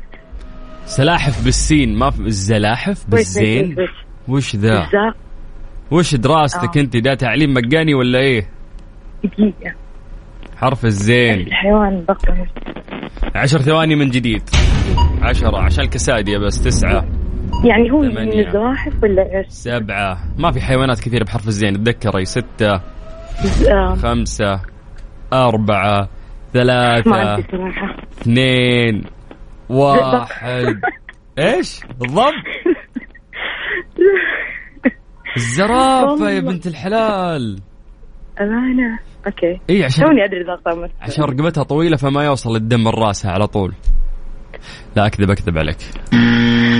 Speaker 2: سلاحف بالسين ما في الزلاحف بالزين آه. وش ذا
Speaker 6: ذا
Speaker 2: وش دراستك
Speaker 6: آه.
Speaker 2: انت ده تعليم مجاني ولا ايه
Speaker 6: دقيقة
Speaker 2: حرف الزين
Speaker 6: الحيوان بقى
Speaker 2: عشر ثواني من جديد عشرة عشان الكسادية بس تسعة
Speaker 6: يعني هو من
Speaker 2: ثمانية.
Speaker 6: الزواحف ولا ايش؟
Speaker 2: سبعة ما في حيوانات كثيرة بحرف الزين تذكري ستة
Speaker 6: آه،
Speaker 2: خمسة أربعة
Speaker 6: ما
Speaker 2: ثلاثة
Speaker 6: عندي صراحة
Speaker 2: اثنين
Speaker 6: *laughs*
Speaker 2: واحد ايش؟ الضب؟ الزرافة يا
Speaker 6: والله.
Speaker 2: بنت الحلال
Speaker 6: أمانة اوكي
Speaker 2: اي عشان
Speaker 6: توني ادري ذا قامت
Speaker 2: عشان رقبتها طويلة فما يوصل الدم من راسها على طول لا اكذب اكذب عليك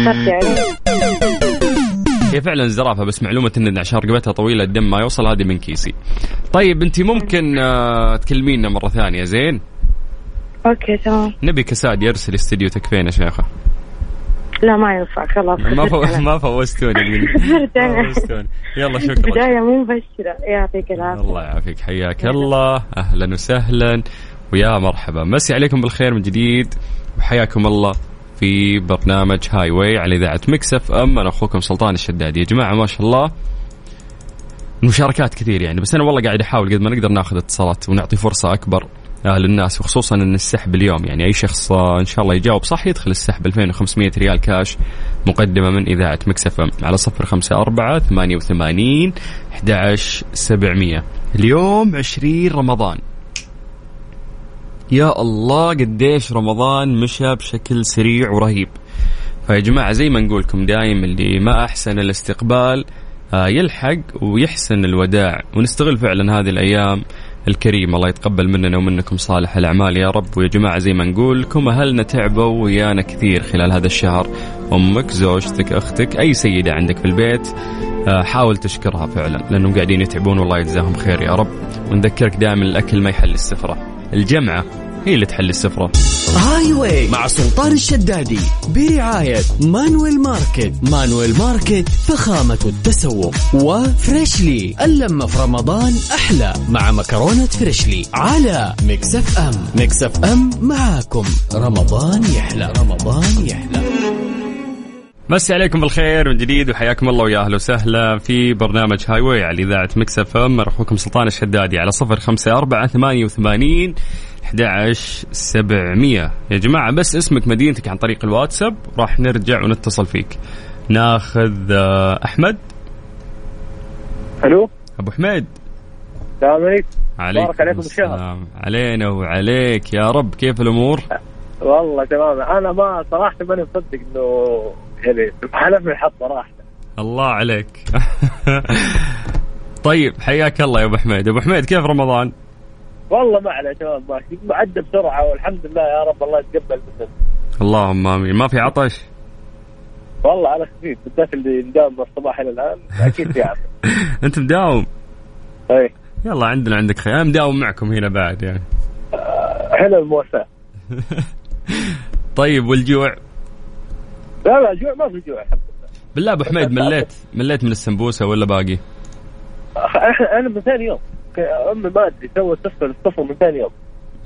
Speaker 6: صرت
Speaker 2: *laughs*
Speaker 6: يعني
Speaker 2: هي فعلا زرافه بس معلومه ان عشان رقبتها طويله الدم ما يوصل هذه من كيسي. طيب انت ممكن آه، تكلمينا مره ثانيه زين؟
Speaker 6: اوكي تمام
Speaker 2: نبي كساد يرسل استديو تكفينا شيخه.
Speaker 6: لا ما ينفع خلاص
Speaker 2: ما
Speaker 6: خسرت *laughs*
Speaker 2: فو...
Speaker 6: أنا.
Speaker 2: ما فوستوني يقولي.
Speaker 6: خسرت
Speaker 2: ما
Speaker 6: انا
Speaker 2: فوستوني يلا شكرا.
Speaker 6: بداية مو مبشرة يعطيك العافية
Speaker 2: الله يعافيك حياك الله اهلا وسهلا ويا مرحبا مسي عليكم بالخير من جديد وحياكم الله في برنامج هاي واي على اذاعه مكسف ام انا اخوكم سلطان الشدادي يا جماعه ما شاء الله المشاركات كثير يعني بس انا والله قاعد احاول قد ما نقدر ناخذ اتصالات ونعطي فرصه اكبر آه، للناس وخصوصا ان السحب اليوم يعني اي شخص آه، ان شاء الله يجاوب صح يدخل السحب 2500 ريال كاش مقدمه من اذاعه مكسف أم على 054 88 11700 اليوم 20 رمضان يا الله قديش رمضان مشى بشكل سريع ورهيب فيا جماعة زي ما نقولكم دايم اللي ما أحسن الاستقبال آه، يلحق ويحسن الوداع ونستغل فعلا هذه الأيام الكريمة الله يتقبل مننا ومنكم صالح الأعمال يا رب ويا جماعة زي ما نقولكم أهلنا تعبوا ويانا كثير خلال هذا الشهر أمك زوجتك أختك أي سيدة عندك في البيت آه، حاول تشكرها فعلا لأنهم قاعدين يتعبون والله يجزاهم خير يا رب ونذكرك دائما الأكل ما يحل السفرة الجمعة هي اللي تحل السفرة
Speaker 1: هاي واي مع سلطان الشدادي برعاية مانويل ماركت مانويل ماركت فخامة التسوق وفريشلي اللمة في رمضان أحلى مع مكرونة فريشلي على مكسف أم مكسف أم معاكم رمضان يحلى رمضان يحلى
Speaker 2: مسي عليكم بالخير من جديد وحياكم الله ويا اهلا وسهلا في برنامج هاي واي على اذاعه مكس اف ام اخوكم سلطان الشدادي على 054 88 11700 يا جماعه بس اسمك مدينتك عن طريق الواتساب راح نرجع ونتصل فيك ناخذ آه، احمد
Speaker 4: الو
Speaker 2: ابو حميد
Speaker 4: السلام عليكم
Speaker 2: عليك
Speaker 4: بارك عليكم
Speaker 2: السلام. علينا وعليك يا رب كيف الامور
Speaker 4: والله تمام انا ما صراحه ماني مصدق انه يعني حلف الحظ صراحه
Speaker 2: الله عليك *laughs* طيب حياك الله يا ابو حميد ابو حميد كيف رمضان
Speaker 3: والله ما على شباب ماشي عدى بسرعه والحمد لله يا رب الله يتقبل منك
Speaker 2: اللهم امين ما في عطش
Speaker 3: والله على خفيف بالذات اللي مداوم من الصباح الى الان اكيد في عافيه
Speaker 2: انت مداوم
Speaker 3: اي
Speaker 2: يلا عندنا عندك خير انا مداوم معكم هنا بعد يعني
Speaker 3: حلو الموسى
Speaker 2: طيب والجوع
Speaker 3: لا لا جوع ما في جوع الحمد لله
Speaker 2: بالله ابو حميد مليت مليت من السمبوسه ولا باقي
Speaker 3: أخ- احنا انا من ثاني يوم ك- امي ما ادري سوى صفر الصفر من ثاني يوم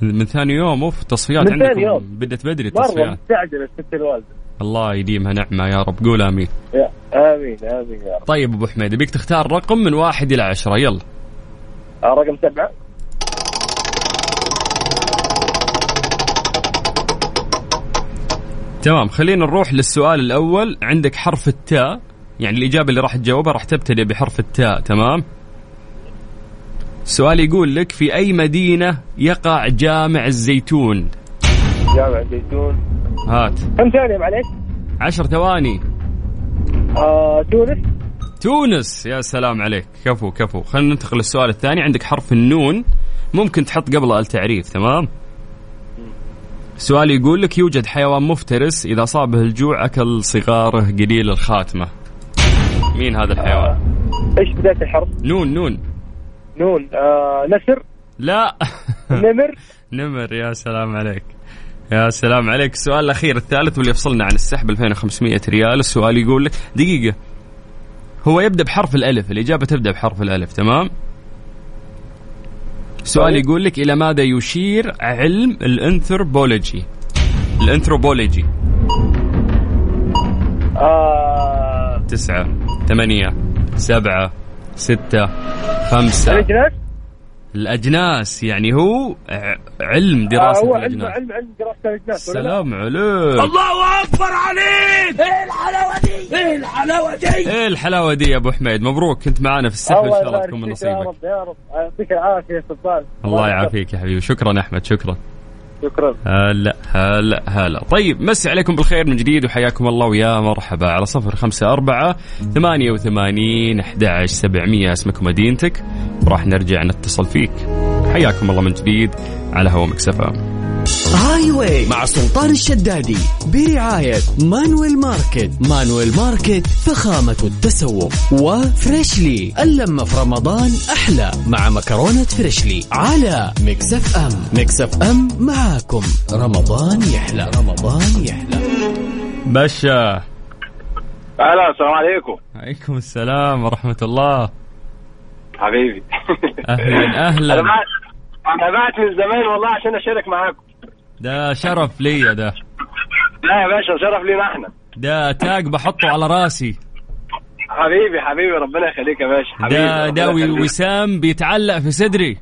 Speaker 2: من ثاني يوم اوف تصفيات
Speaker 3: من ثاني
Speaker 2: عندكم
Speaker 3: يوم.
Speaker 2: بدت بدري
Speaker 3: مره
Speaker 2: التصفيات
Speaker 3: مستعجله الست الوالده
Speaker 2: الله يديمها نعمه يا رب قول امين
Speaker 3: يا امين امين يا رب
Speaker 2: طيب ابو حميد ابيك تختار رقم من واحد الى عشره يلا
Speaker 3: آه، رقم سبعه
Speaker 2: تمام خلينا نروح للسؤال الاول عندك حرف التاء يعني الاجابه اللي راح تجاوبها راح تبتدي بحرف التاء تمام السؤال يقول لك في اي مدينه يقع جامع الزيتون
Speaker 3: جامع زيتون
Speaker 2: هات
Speaker 3: كم ثانيه معليش؟
Speaker 2: عشر ثواني
Speaker 3: آه تونس
Speaker 2: تونس يا سلام عليك كفو كفو خلينا ننتقل للسؤال الثاني عندك حرف النون ممكن تحط قبله التعريف تمام سؤال يقول لك يوجد حيوان مفترس إذا صابه الجوع أكل صغاره قليل الخاتمة مين هذا الحيوان؟
Speaker 3: ايش بدايه آه، الحرف؟
Speaker 2: نون نون
Speaker 3: نون آه نسر
Speaker 2: لا
Speaker 3: نمر
Speaker 2: *laughs* نمر يا سلام عليك يا سلام عليك السؤال الأخير الثالث واللي يفصلنا عن السحب 2500 ريال السؤال يقول لك دقيقة هو يبدأ بحرف الألف الإجابة تبدأ بحرف الألف تمام السؤال
Speaker 3: طيب.
Speaker 2: يقول لك إلى ماذا يشير علم الأنثروبولوجي الأنثروبولوجي
Speaker 3: آه
Speaker 2: تسعة ثمانية سبعة ستة خمسة
Speaker 3: الجناس
Speaker 2: الأجناس يعني هو ع- علم
Speaker 3: آه
Speaker 2: دراسة
Speaker 3: هو علم
Speaker 2: الأجناس
Speaker 3: علم علم دراسه الاجناس ولا لا؟
Speaker 2: سلام عليك
Speaker 3: إيه
Speaker 2: ايه الحلاوه دي يا ابو حميد مبروك كنت معانا في السحب ان شاء الله
Speaker 3: يبارك
Speaker 2: تكون من
Speaker 3: فيك يا
Speaker 2: نصيبك
Speaker 3: رب يا رب يعطيك العافيه يا سلطان
Speaker 2: الله يعافيك يا حبيبي شكرا احمد شكرا
Speaker 3: شكرا
Speaker 2: هلا هلا هلا طيب مسي عليكم بالخير من جديد وحياكم الله ويا مرحبا على صفر خمسة أربعة ثمانية وثمانين أحد عشر سبعمية اسمك ومدينتك وراح نرجع نتصل فيك حياكم الله من جديد على هوا مكسفة
Speaker 1: هاي واي مع سلطان الشدادي برعاية مانويل ماركت مانويل ماركت فخامة التسوق وفريشلي اللمة في رمضان أحلى مع مكرونة فريشلي على مكسف أم مكسف أم معاكم رمضان يحلى رمضان يحلى
Speaker 2: بشا
Speaker 8: هلا السلام عليكم
Speaker 2: عليكم السلام ورحمة الله
Speaker 8: حبيبي
Speaker 2: أهلاً، أهلاً.
Speaker 8: انا بعت انا بعت من زمان والله عشان اشارك معاكم
Speaker 2: ده شرف لي ده
Speaker 8: لا يا باشا شرف لينا احنا
Speaker 2: ده تاج بحطه على راسي
Speaker 8: حبيبي حبيبي ربنا يخليك يا باشا حبيبي
Speaker 2: ده
Speaker 8: ربنا
Speaker 2: ده
Speaker 8: يخليك.
Speaker 2: وسام بيتعلق في صدري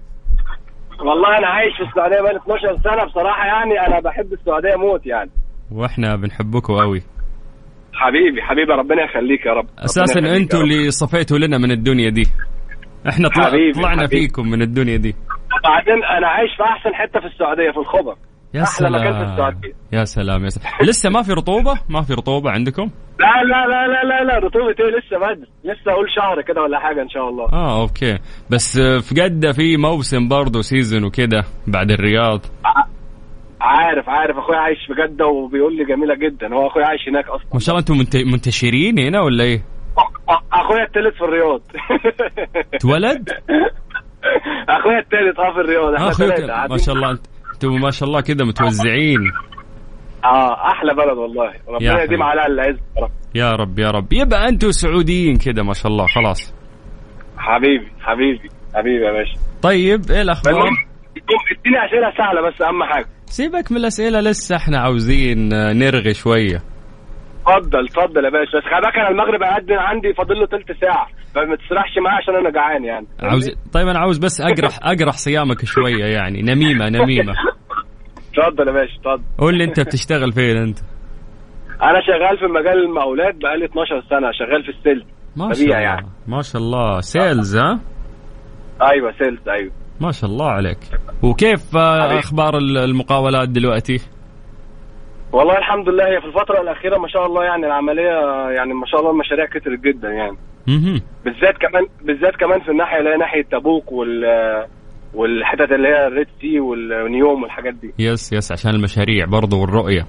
Speaker 8: والله انا عايش في السعوديه بقالي 12 سنه بصراحه يعني انا بحب السعوديه موت يعني
Speaker 2: واحنا بنحبكم قوي
Speaker 8: حبيبي حبيبي ربنا يخليك يا رب ربنا
Speaker 2: اساسا
Speaker 8: يخليك يا
Speaker 2: انتوا
Speaker 8: رب.
Speaker 2: اللي صفيتوا لنا من الدنيا دي احنا طلع
Speaker 8: حبيبي،
Speaker 2: طلعنا
Speaker 8: حبيبي.
Speaker 2: فيكم من الدنيا دي
Speaker 8: بعدين انا عايش في احسن حته في السعوديه في الخبر
Speaker 2: يا
Speaker 8: أحلى مكان في
Speaker 2: سلام
Speaker 8: السعودية.
Speaker 2: يا سلام يا سلام لسه ما في رطوبه ما في رطوبه عندكم
Speaker 8: لا لا لا لا لا لا رطوبه ايه لسه بدري لسه اقول شهر كده ولا حاجه ان شاء الله
Speaker 2: اه اوكي بس آه، في جده في موسم برضه سيزون وكده بعد الرياض
Speaker 8: عارف عارف اخويا عايش في جده وبيقول لي جميله جدا هو اخويا عايش هناك اصلا
Speaker 2: ما شاء الله انتم منت- منتشرين هنا ولا ايه
Speaker 8: أ- أ- اخويا الثالث في
Speaker 2: *laughs*
Speaker 8: الرياض
Speaker 2: تولد
Speaker 8: اخويا الثالث اه في الرياض
Speaker 2: آه،
Speaker 8: احنا
Speaker 2: أخوك،
Speaker 8: ثلاثة
Speaker 2: ما شاء الله أنت- انتم ما شاء الله كده متوزعين
Speaker 8: اه احلى بلد والله ربنا
Speaker 2: حبيبي.
Speaker 8: يديم على العز يا رب.
Speaker 2: يا رب يا رب يبقى انتم سعوديين كده ما شاء الله خلاص
Speaker 8: حبيبي حبيبي حبيبي يا باشا
Speaker 2: طيب ايه الاخبار
Speaker 8: المهم اديني اسئله سهله بس اهم حاجه
Speaker 2: سيبك من الاسئله لسه احنا عاوزين آه، نرغي شويه
Speaker 8: اتفضل اتفضل يا باشا بس خلي بالك انا المغرب هيأذن عندي فاضل له ثلث ساعه فما تسرحش معايا عشان انا جعان يعني
Speaker 2: عاوز طيب انا عاوز بس اقرح اقرح صيامك شويه يعني نميمه نميمه
Speaker 8: اتفضل يا باشا اتفضل
Speaker 2: قول لي انت بتشتغل فين انت
Speaker 8: انا شغال في مجال المقاولات بقالي 12 سنه شغال في السلك
Speaker 2: ما شاء
Speaker 8: طبيعي
Speaker 2: الله
Speaker 8: يعني.
Speaker 2: ما شاء الله سيلز ها
Speaker 8: ايوه سيلز ايوه
Speaker 2: ما شاء الله عليك وكيف آه،
Speaker 8: حبيبي.
Speaker 2: اخبار ال- المقاولات دلوقتي
Speaker 8: والله الحمد لله هي في الفترة الأخيرة ما شاء الله يعني العملية يعني ما شاء الله المشاريع كترت جدا يعني
Speaker 2: مهم.
Speaker 8: بالذات كمان بالذات كمان في الناحيه اللي هي ناحيه تبوك وال والحتت اللي هي الريد سي والنيوم والحاجات دي
Speaker 2: يس يس عشان المشاريع برضو والرؤية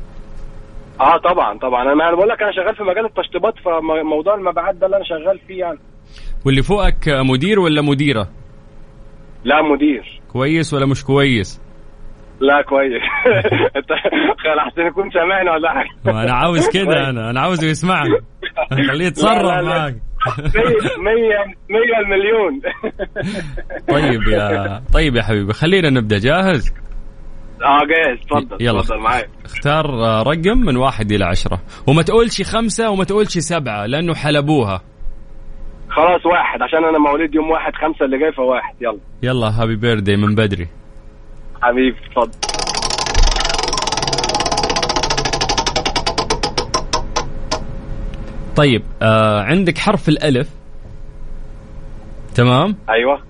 Speaker 8: اه طبعا طبعا انا انا بقول لك انا شغال في مجال التشطيبات فموضوع المبيعات ده اللي انا شغال فيه يعني
Speaker 2: واللي فوقك مدير ولا مديرة
Speaker 8: لا مدير
Speaker 2: كويس ولا مش كويس
Speaker 8: لا كويس *laughs* انت خل احسن يكون سامعني ولا حاجه
Speaker 2: انا
Speaker 8: *laughs*
Speaker 2: عاوز كده انا انا عاوزه يسمعني خليه
Speaker 8: لا،
Speaker 2: يتصرف
Speaker 8: لا.
Speaker 2: معاك
Speaker 8: 100 100 المليون *laughs*
Speaker 2: طيب يا طيب يا حبيبي خلينا نبدا جاهز
Speaker 8: اه جاهز اتفضل
Speaker 2: يلا.
Speaker 8: اتفضل معاك
Speaker 2: اختار آه، رقم من واحد الى عشرة وما تقولش خمسة وما تقولش سبعة لانه حلبوها
Speaker 8: خلاص واحد عشان انا مواليد يوم واحد خمسة اللي جاي فواحد يلا
Speaker 2: يلا هابي بيردي من بدري
Speaker 8: حبيبي اتفضل
Speaker 2: طيب آه عندك حرف الالف تمام
Speaker 8: ايوه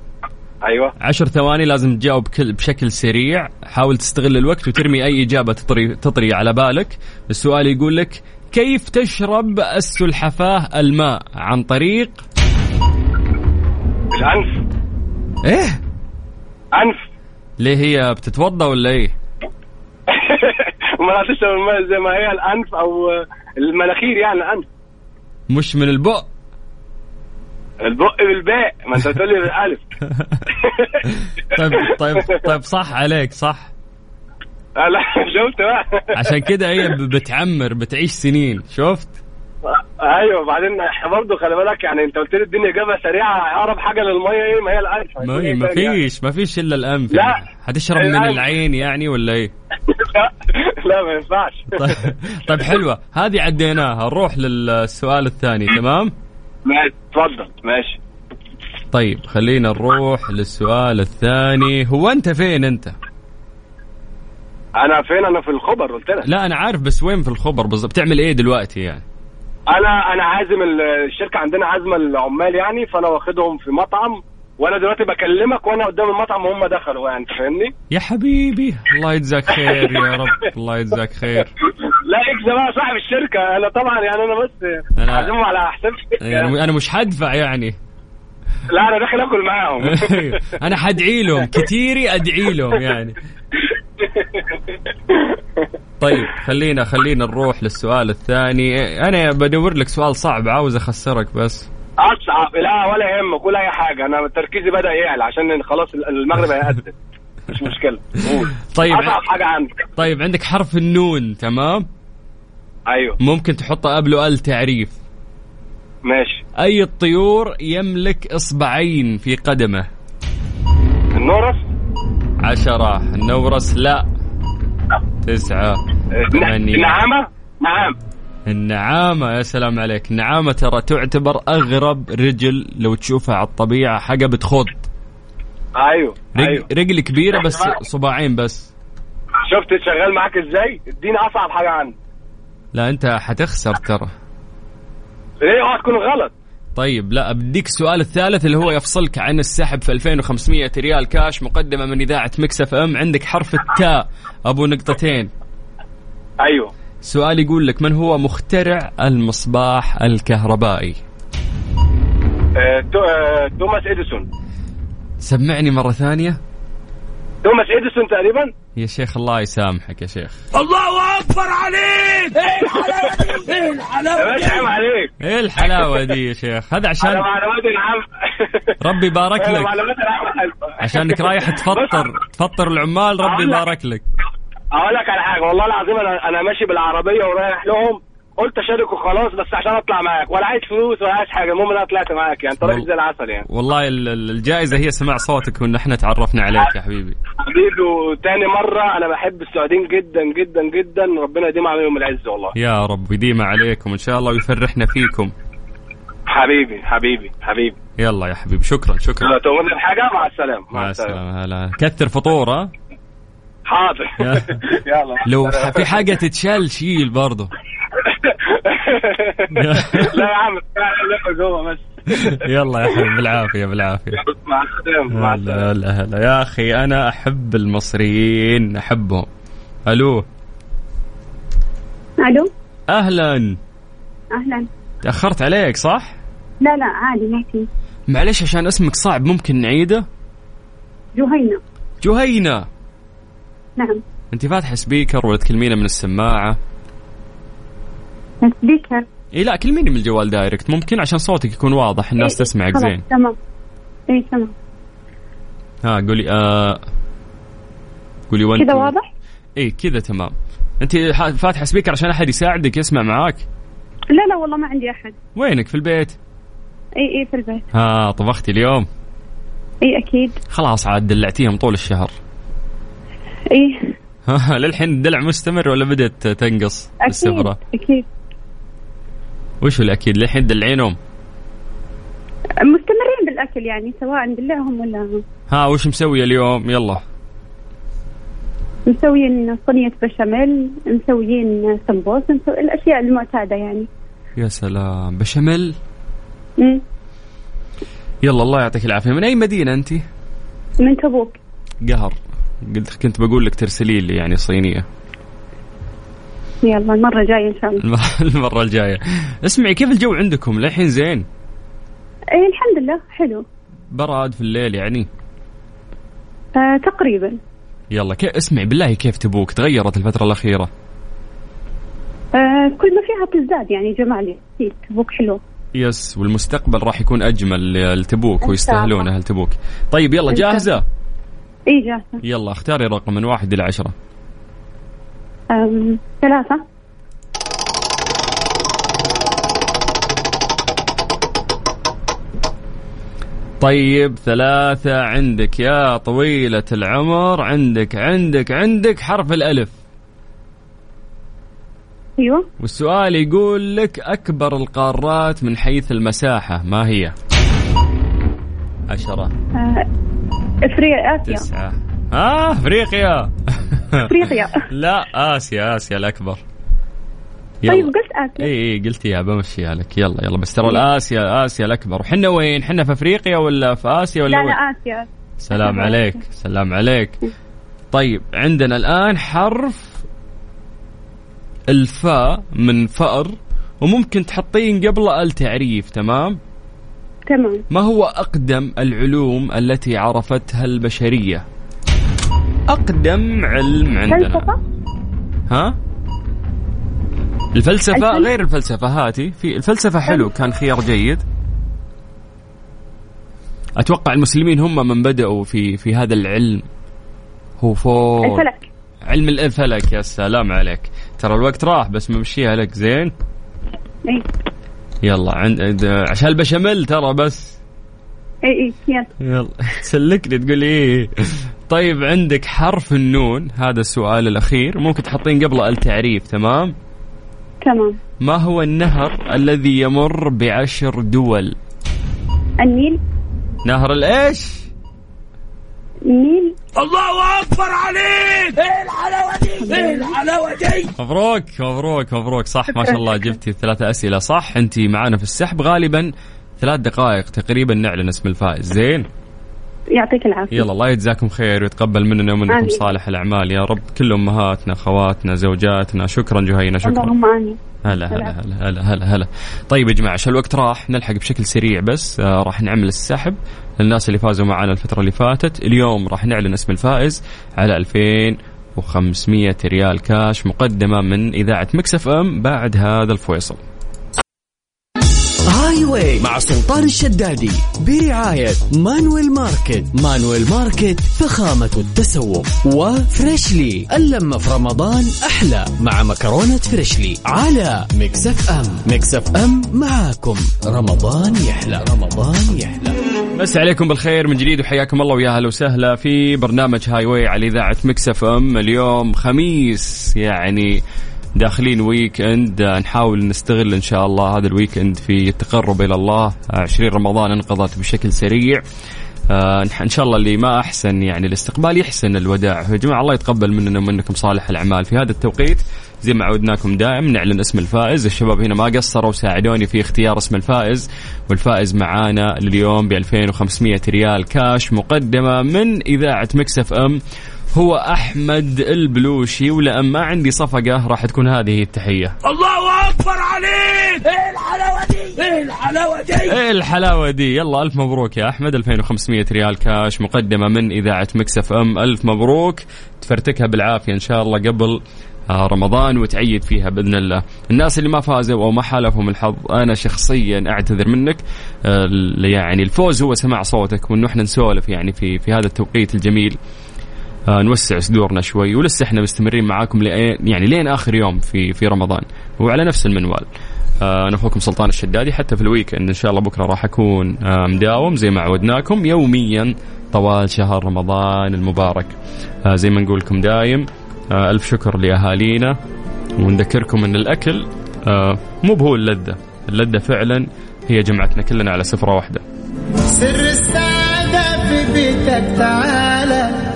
Speaker 8: ايوه
Speaker 2: عشر ثواني لازم تجاوب كل بشكل سريع حاول تستغل الوقت وترمي أي إجابة تطري, تطري على بالك السؤال يقول لك كيف تشرب السلحفاة الماء عن طريق
Speaker 8: الانف
Speaker 2: إيه
Speaker 8: انف
Speaker 2: ليه هي بتتوضى ولا إيه
Speaker 8: *laughs* ما هتشرب الماء زي ما هي الانف او المناخير يعني الانف
Speaker 2: مش من البؤ
Speaker 8: البق بالباء ما انت بتقول لي بالالف
Speaker 2: طيب طيب طيب صح عليك صح
Speaker 8: آه، *laughs* لا شفت بقى *laughs*
Speaker 2: عشان كده هي ب- بتعمر بتعيش سنين شفت
Speaker 8: ايوه بعدين احنا برضه خلي بالك يعني انت قلت لي اديني اجابه سريعه اقرب حاجه للميه ايه ما هي الانف
Speaker 2: ما
Speaker 8: *laughs*
Speaker 2: ما فيش ما فيش الا الانف
Speaker 8: لا.
Speaker 2: يعني. هتشرب من
Speaker 8: الأنف.
Speaker 2: العين يعني ولا ايه؟
Speaker 8: لا لا ما ينفعش
Speaker 2: طيب- طيب حلوه هذه عديناها نروح للسؤال الثاني تمام؟
Speaker 8: ماشي اتفضل ماشي
Speaker 2: طيب خلينا نروح للسؤال الثاني هو انت فين انت؟
Speaker 8: انا فين انا في الخبر قلت لك
Speaker 2: لا انا عارف بس وين في الخبر بالضبط بتعمل ايه دلوقتي يعني؟
Speaker 8: انا انا عازم ال- الشركه عندنا عازمه العمال يعني فانا واخدهم في مطعم وانا دلوقتي بكلمك وانا قدام المطعم وهم دخلوا يعني انت فاهمني
Speaker 2: يا حبيبي الله يجزاك خير يا رب الله يجزاك خير
Speaker 8: لا اكذب بقى صاحب الشركه انا طبعا يعني انا بس
Speaker 2: أنا-
Speaker 8: عازمهم على حساب الشركه
Speaker 2: يعني انا مش حدفع يعني *laughs*
Speaker 8: لا انا داخل اكل معاهم
Speaker 2: انا حدعي لهم كتيري ادعي لهم يعني طيب خلينا خلينا نروح للسؤال الثاني انا بدور لك سؤال صعب عاوز اخسرك بس
Speaker 8: اصعب لا ولا يهمك ولا اي حاجه انا تركيزي بدا يعلى عشان خلاص
Speaker 2: *laughs*
Speaker 8: المغرب هيقدم مش مشكله قول
Speaker 2: طيب
Speaker 8: اصعب حاجه عندك
Speaker 2: طيب عندك حرف النون تمام
Speaker 8: ايوه
Speaker 2: ممكن تحطه قبله ال تعريف
Speaker 8: ماشي
Speaker 2: اي الطيور يملك اصبعين في قدمه
Speaker 8: النورس
Speaker 2: عشرة النورس لا تسعة
Speaker 8: نعم.
Speaker 2: ثمانية.
Speaker 8: نعامه نعام
Speaker 2: النعامة يا سلام عليك النعامة ترى تعتبر أغرب رجل لو تشوفها على الطبيعة حاجة بتخض
Speaker 8: ايوه
Speaker 2: رج...
Speaker 8: ايوه
Speaker 2: رجل كبيرة بس صباعين بس
Speaker 8: شفت شغال معاك ازاي اديني اصعب حاجه عندك
Speaker 2: لا أنت حتخسر ترى
Speaker 8: ليه اوعى تكون غلط
Speaker 2: طيب لا بديك السؤال الثالث اللي هو يفصلك عن السحب في 2500 ريال كاش مقدمة من إذاعة مكس اف ام عندك حرف التاء أبو نقطتين
Speaker 8: ايوه
Speaker 2: سؤال يقول لك من هو مخترع المصباح الكهربائي
Speaker 8: آه، تو- آه، توماس اديسون
Speaker 2: سمعني مرة ثانية
Speaker 8: توماس اديسون تقريبا
Speaker 2: يا شيخ الله يسامحك يا شيخ
Speaker 8: يا باشا عيب عليك
Speaker 2: ايه الحلاوة دي يا شيخ هذا
Speaker 8: على
Speaker 2: عشان
Speaker 8: معلومات العامة
Speaker 2: ربي يبارك
Speaker 8: على
Speaker 2: لك
Speaker 8: معلومات العامة حلوة.
Speaker 2: عشانك رايح تفطر تفطر العمال ربي
Speaker 8: أقول لك.
Speaker 2: يبارك لك
Speaker 8: اقول لك على حاجه والله العظيم انا انا ماشي بالعربيه ورايح لهم قلت اشارك وخلاص بس عشان اطلع معاك ولا عايز فلوس ولا عايز حاجه المهم انا طلعت معاك يعني انت راجل زي العسل يعني
Speaker 2: والله ال- ال- الجائزة هي سماع صوتك وان احنا تعرفنا عليك يا حبيبي
Speaker 8: حبيبي وتاني مره انا بحب السعوديين جدا جدا جدا ربنا يديم عليهم العز والله
Speaker 2: يا رب يديم عليكم ان شاء الله ويفرحنا فيكم
Speaker 8: حبيبي حبيبي حبيبي
Speaker 2: يلا يا حبيبي شكرا شكرا
Speaker 8: لا تؤمرني بحاجه مع السلامه
Speaker 2: مع السلامة هلا كثر فطور ها
Speaker 8: حاضر
Speaker 2: يا-
Speaker 8: *laughs* يلا مع
Speaker 2: لو
Speaker 8: السلامة.
Speaker 2: في حاجة تتشال شيل برضه
Speaker 8: لا يا عم لا جوه بس
Speaker 2: *laughs* يلا يا حبيبي بالعافية بالعافية
Speaker 8: مع السلامه مع السلامه
Speaker 2: هلا هلا هلا يا اخي انا احب المصريين احبهم الو
Speaker 5: الو
Speaker 2: اهلا
Speaker 5: اهلا
Speaker 2: تاخرت عليك صح
Speaker 7: لا لا عادي ما في
Speaker 2: معلش عشان اسمك صعب ممكن نعيده
Speaker 7: جهينة
Speaker 2: جهينة
Speaker 7: نعم
Speaker 2: انت فاتحه سبيكر ولا تكلمينا من السماعه
Speaker 7: السبيكر
Speaker 2: اي لا كلميني من الجوال دايركت ممكن عشان صوتك يكون واضح الناس تسمعك
Speaker 7: خلاص،
Speaker 2: زين
Speaker 7: تمام اي إيه، تمام
Speaker 2: ها قولي آه قولي وين
Speaker 7: كذا واضح؟
Speaker 2: اي كذا تمام انت ح- فاتحه سبيكر عشان احد يساعدك يسمع معاك
Speaker 7: لا لا والله ما عندي احد
Speaker 2: وينك في البيت
Speaker 7: اي اي في البيت إيه،
Speaker 2: ها طبختي اليوم
Speaker 7: اي اكيد
Speaker 2: خلاص عاد دلعتيهم طول الشهر
Speaker 7: اي
Speaker 2: ها، للحين الدلع مستمر ولا بدات تنقص
Speaker 7: اكيد
Speaker 2: السفره
Speaker 7: اكيد
Speaker 2: وش الاكيد للحين دلعينهم
Speaker 7: مستمرين بالاكل يعني سواء دلعهم ولا هم.
Speaker 2: ها وش مسويه اليوم يلا
Speaker 7: مسويين صينية بشاميل مسويين سمبوس مسوي الاشياء المعتادة يعني
Speaker 2: يا سلام بشاميل
Speaker 7: مم.
Speaker 2: يلا الله يعطيك العافيه من اي مدينه انت
Speaker 7: من تبوك
Speaker 2: قهر قلت كنت بقول لك ترسلي لي يعني صينيه
Speaker 7: يلا المرة الجاية ان شاء الله
Speaker 2: الم- *laughs* المره الجايه اسمعي كيف الجو عندكم للحين زين
Speaker 7: اي إيه، الحمد لله حلو
Speaker 2: براد في الليل يعني
Speaker 7: آه تقريبا
Speaker 2: يلا كي اسمعي بالله كيف تبوك تغيرت الفتره الاخيره
Speaker 7: آه كل ما فيها تزداد يعني جمال اكيد تبوك حلو
Speaker 2: يس والمستقبل راح يكون اجمل لتبوك
Speaker 7: الله.
Speaker 2: ويستاهلون اهل تبوك طيب يلا
Speaker 7: إن شاء
Speaker 2: جاهزه
Speaker 7: اي جاهزة
Speaker 2: يلا اختاري رقم من واحد الى عشره
Speaker 7: آم، ثلاثة
Speaker 2: طيب ثلاثة عندك يا طويلة العمر عندك عندك عندك حرف الألف
Speaker 7: ايوه
Speaker 2: والسؤال يقول لك أكبر القارات من حيث المساحة ما هي؟ عشرة
Speaker 7: آه افريقيا اسيا
Speaker 2: تسعة آه أفريقيا *laughs*
Speaker 7: افريقيا
Speaker 2: لا آسيا آسيا الأكبر
Speaker 7: طيب قلت اسيا
Speaker 2: اي اي قلت يا بمشيها لك يلا يلا بس ترى الاسيا اسيا الاكبر وحنا وين؟ حنا في افريقيا ولا في اسيا ولا
Speaker 7: لا
Speaker 2: وين؟
Speaker 7: لا اسيا
Speaker 2: سلام عليك سلام عليك طيب عندنا الآن حرف الفاء من فأر وممكن تحطين قبله التعريف تمام
Speaker 7: تمام
Speaker 2: ما هو أقدم العلوم التي عرفتها البشرية أقدم علم عندنا
Speaker 7: فلسفة
Speaker 2: ها الفلسفة
Speaker 7: الفل-
Speaker 2: غير الفلسفة هاتي في الفلسفة حلو كان خيار جيد أتوقع المسلمين هم من بدأوا في في هذا العلم هو فوق
Speaker 7: الفلك
Speaker 2: علم الفلك يا سلام عليك ترى الوقت راح بس ممشيها لك زين
Speaker 7: اي
Speaker 2: يلا عند د- عشان البشاميل ترى بس
Speaker 7: اي اي إيه، يلا
Speaker 2: يلا تسلكني تقول لي إيه. طيب عندك حرف النون هذا السؤال الاخير ممكن تحطين قبله التعريف تمام
Speaker 7: تمام
Speaker 2: ما هو النهر الذي يمر بعشر دول
Speaker 7: النيل
Speaker 2: نهر الايش
Speaker 7: النيل
Speaker 2: مبروك مبروك مبروك صح ما شاء الله جبتي ثلاثة أسئلة صح أنت معانا في السحب غالبا ثلاث دقائق تقريبا نعلن اسم الفائز زين
Speaker 7: يعطيك العافية
Speaker 2: يلا الله يجزاكم خير ويتقبل مننا ومنكم
Speaker 7: آمين.
Speaker 2: صالح الأعمال يا رب كل أمهاتنا خواتنا زوجاتنا شكرا جهينة شكرا
Speaker 7: اللهم امين
Speaker 2: هلا هلا هلا هلا هلا هلا طيب يا جماعه عشان الوقت راح نلحق بشكل سريع بس آه راح نعمل السحب للناس اللي فازوا معنا الفتره اللي فاتت اليوم راح نعلن اسم الفائز على 2500 ريال كاش مقدمه من اذاعه مكسف ام بعد هذا الفيصل
Speaker 1: هاي واي مع سلطان الشدادي برعاية مانويل ماركت مانويل ماركت فخامة التسوق وفريشلي اللمة في رمضان أحلى مع مكرونة فريشلي على مكسف أم مكسف أم معاكم رمضان يحلى رمضان يحلى
Speaker 2: مس عليكم بالخير من جديد وحياكم الله ويا اهلا وسهلا في برنامج هاي واي على اذاعه مكس اف ام اليوم خميس يعني داخلين ويك اند آه، نحاول نستغل ان شاء الله هذا الويك اند في التقرب الى الله آه، 20 رمضان انقضت بشكل سريع آه، ان شاء الله اللي ما احسن يعني الاستقبال يحسن الوداع يا جماعه الله يتقبل مننا ومنكم صالح الاعمال في هذا التوقيت زي ما عودناكم دائم نعلن اسم الفائز الشباب هنا ما قصروا ساعدوني في اختيار اسم الفائز والفائز معانا لليوم ب 2500 ريال كاش مقدمه من اذاعه مكسف ام هو احمد البلوشي ولان ما عندي صفقه راح تكون هذه التحيه
Speaker 9: الله اكبر عليك ايه الحلاوه دي ايه الحلاوه دي
Speaker 2: ايه الحلاوه دي يلا الف مبروك يا احمد 2500 ريال كاش مقدمه من اذاعه مكسف ام الف مبروك تفرتكها بالعافيه ان شاء الله قبل آه، رمضان وتعيد فيها باذن الله. الناس اللي ما فازوا او ما حالفهم الحظ انا شخصيا اعتذر منك آه، يعني الفوز هو سماع صوتك وانه احنا نسولف يعني في في هذا التوقيت الجميل آه، نوسع صدورنا شوي ولسه احنا مستمرين معاكم لين يعني لين اخر يوم في في رمضان وعلى نفس المنوال. آه، انا اخوكم سلطان الشدادي حتى في الويكند ان شاء الله بكره راح اكون آه، مداوم زي ما عودناكم يوميا طوال شهر رمضان المبارك. آه، زي ما نقول لكم دايم آه، الف شكر لاهالينا ونذكركم ان الاكل آه، مو بهو اللذه، اللذه فعلا هي جمعتنا كلنا على سفره واحده.
Speaker 9: سر السعاده في بيتك تعالى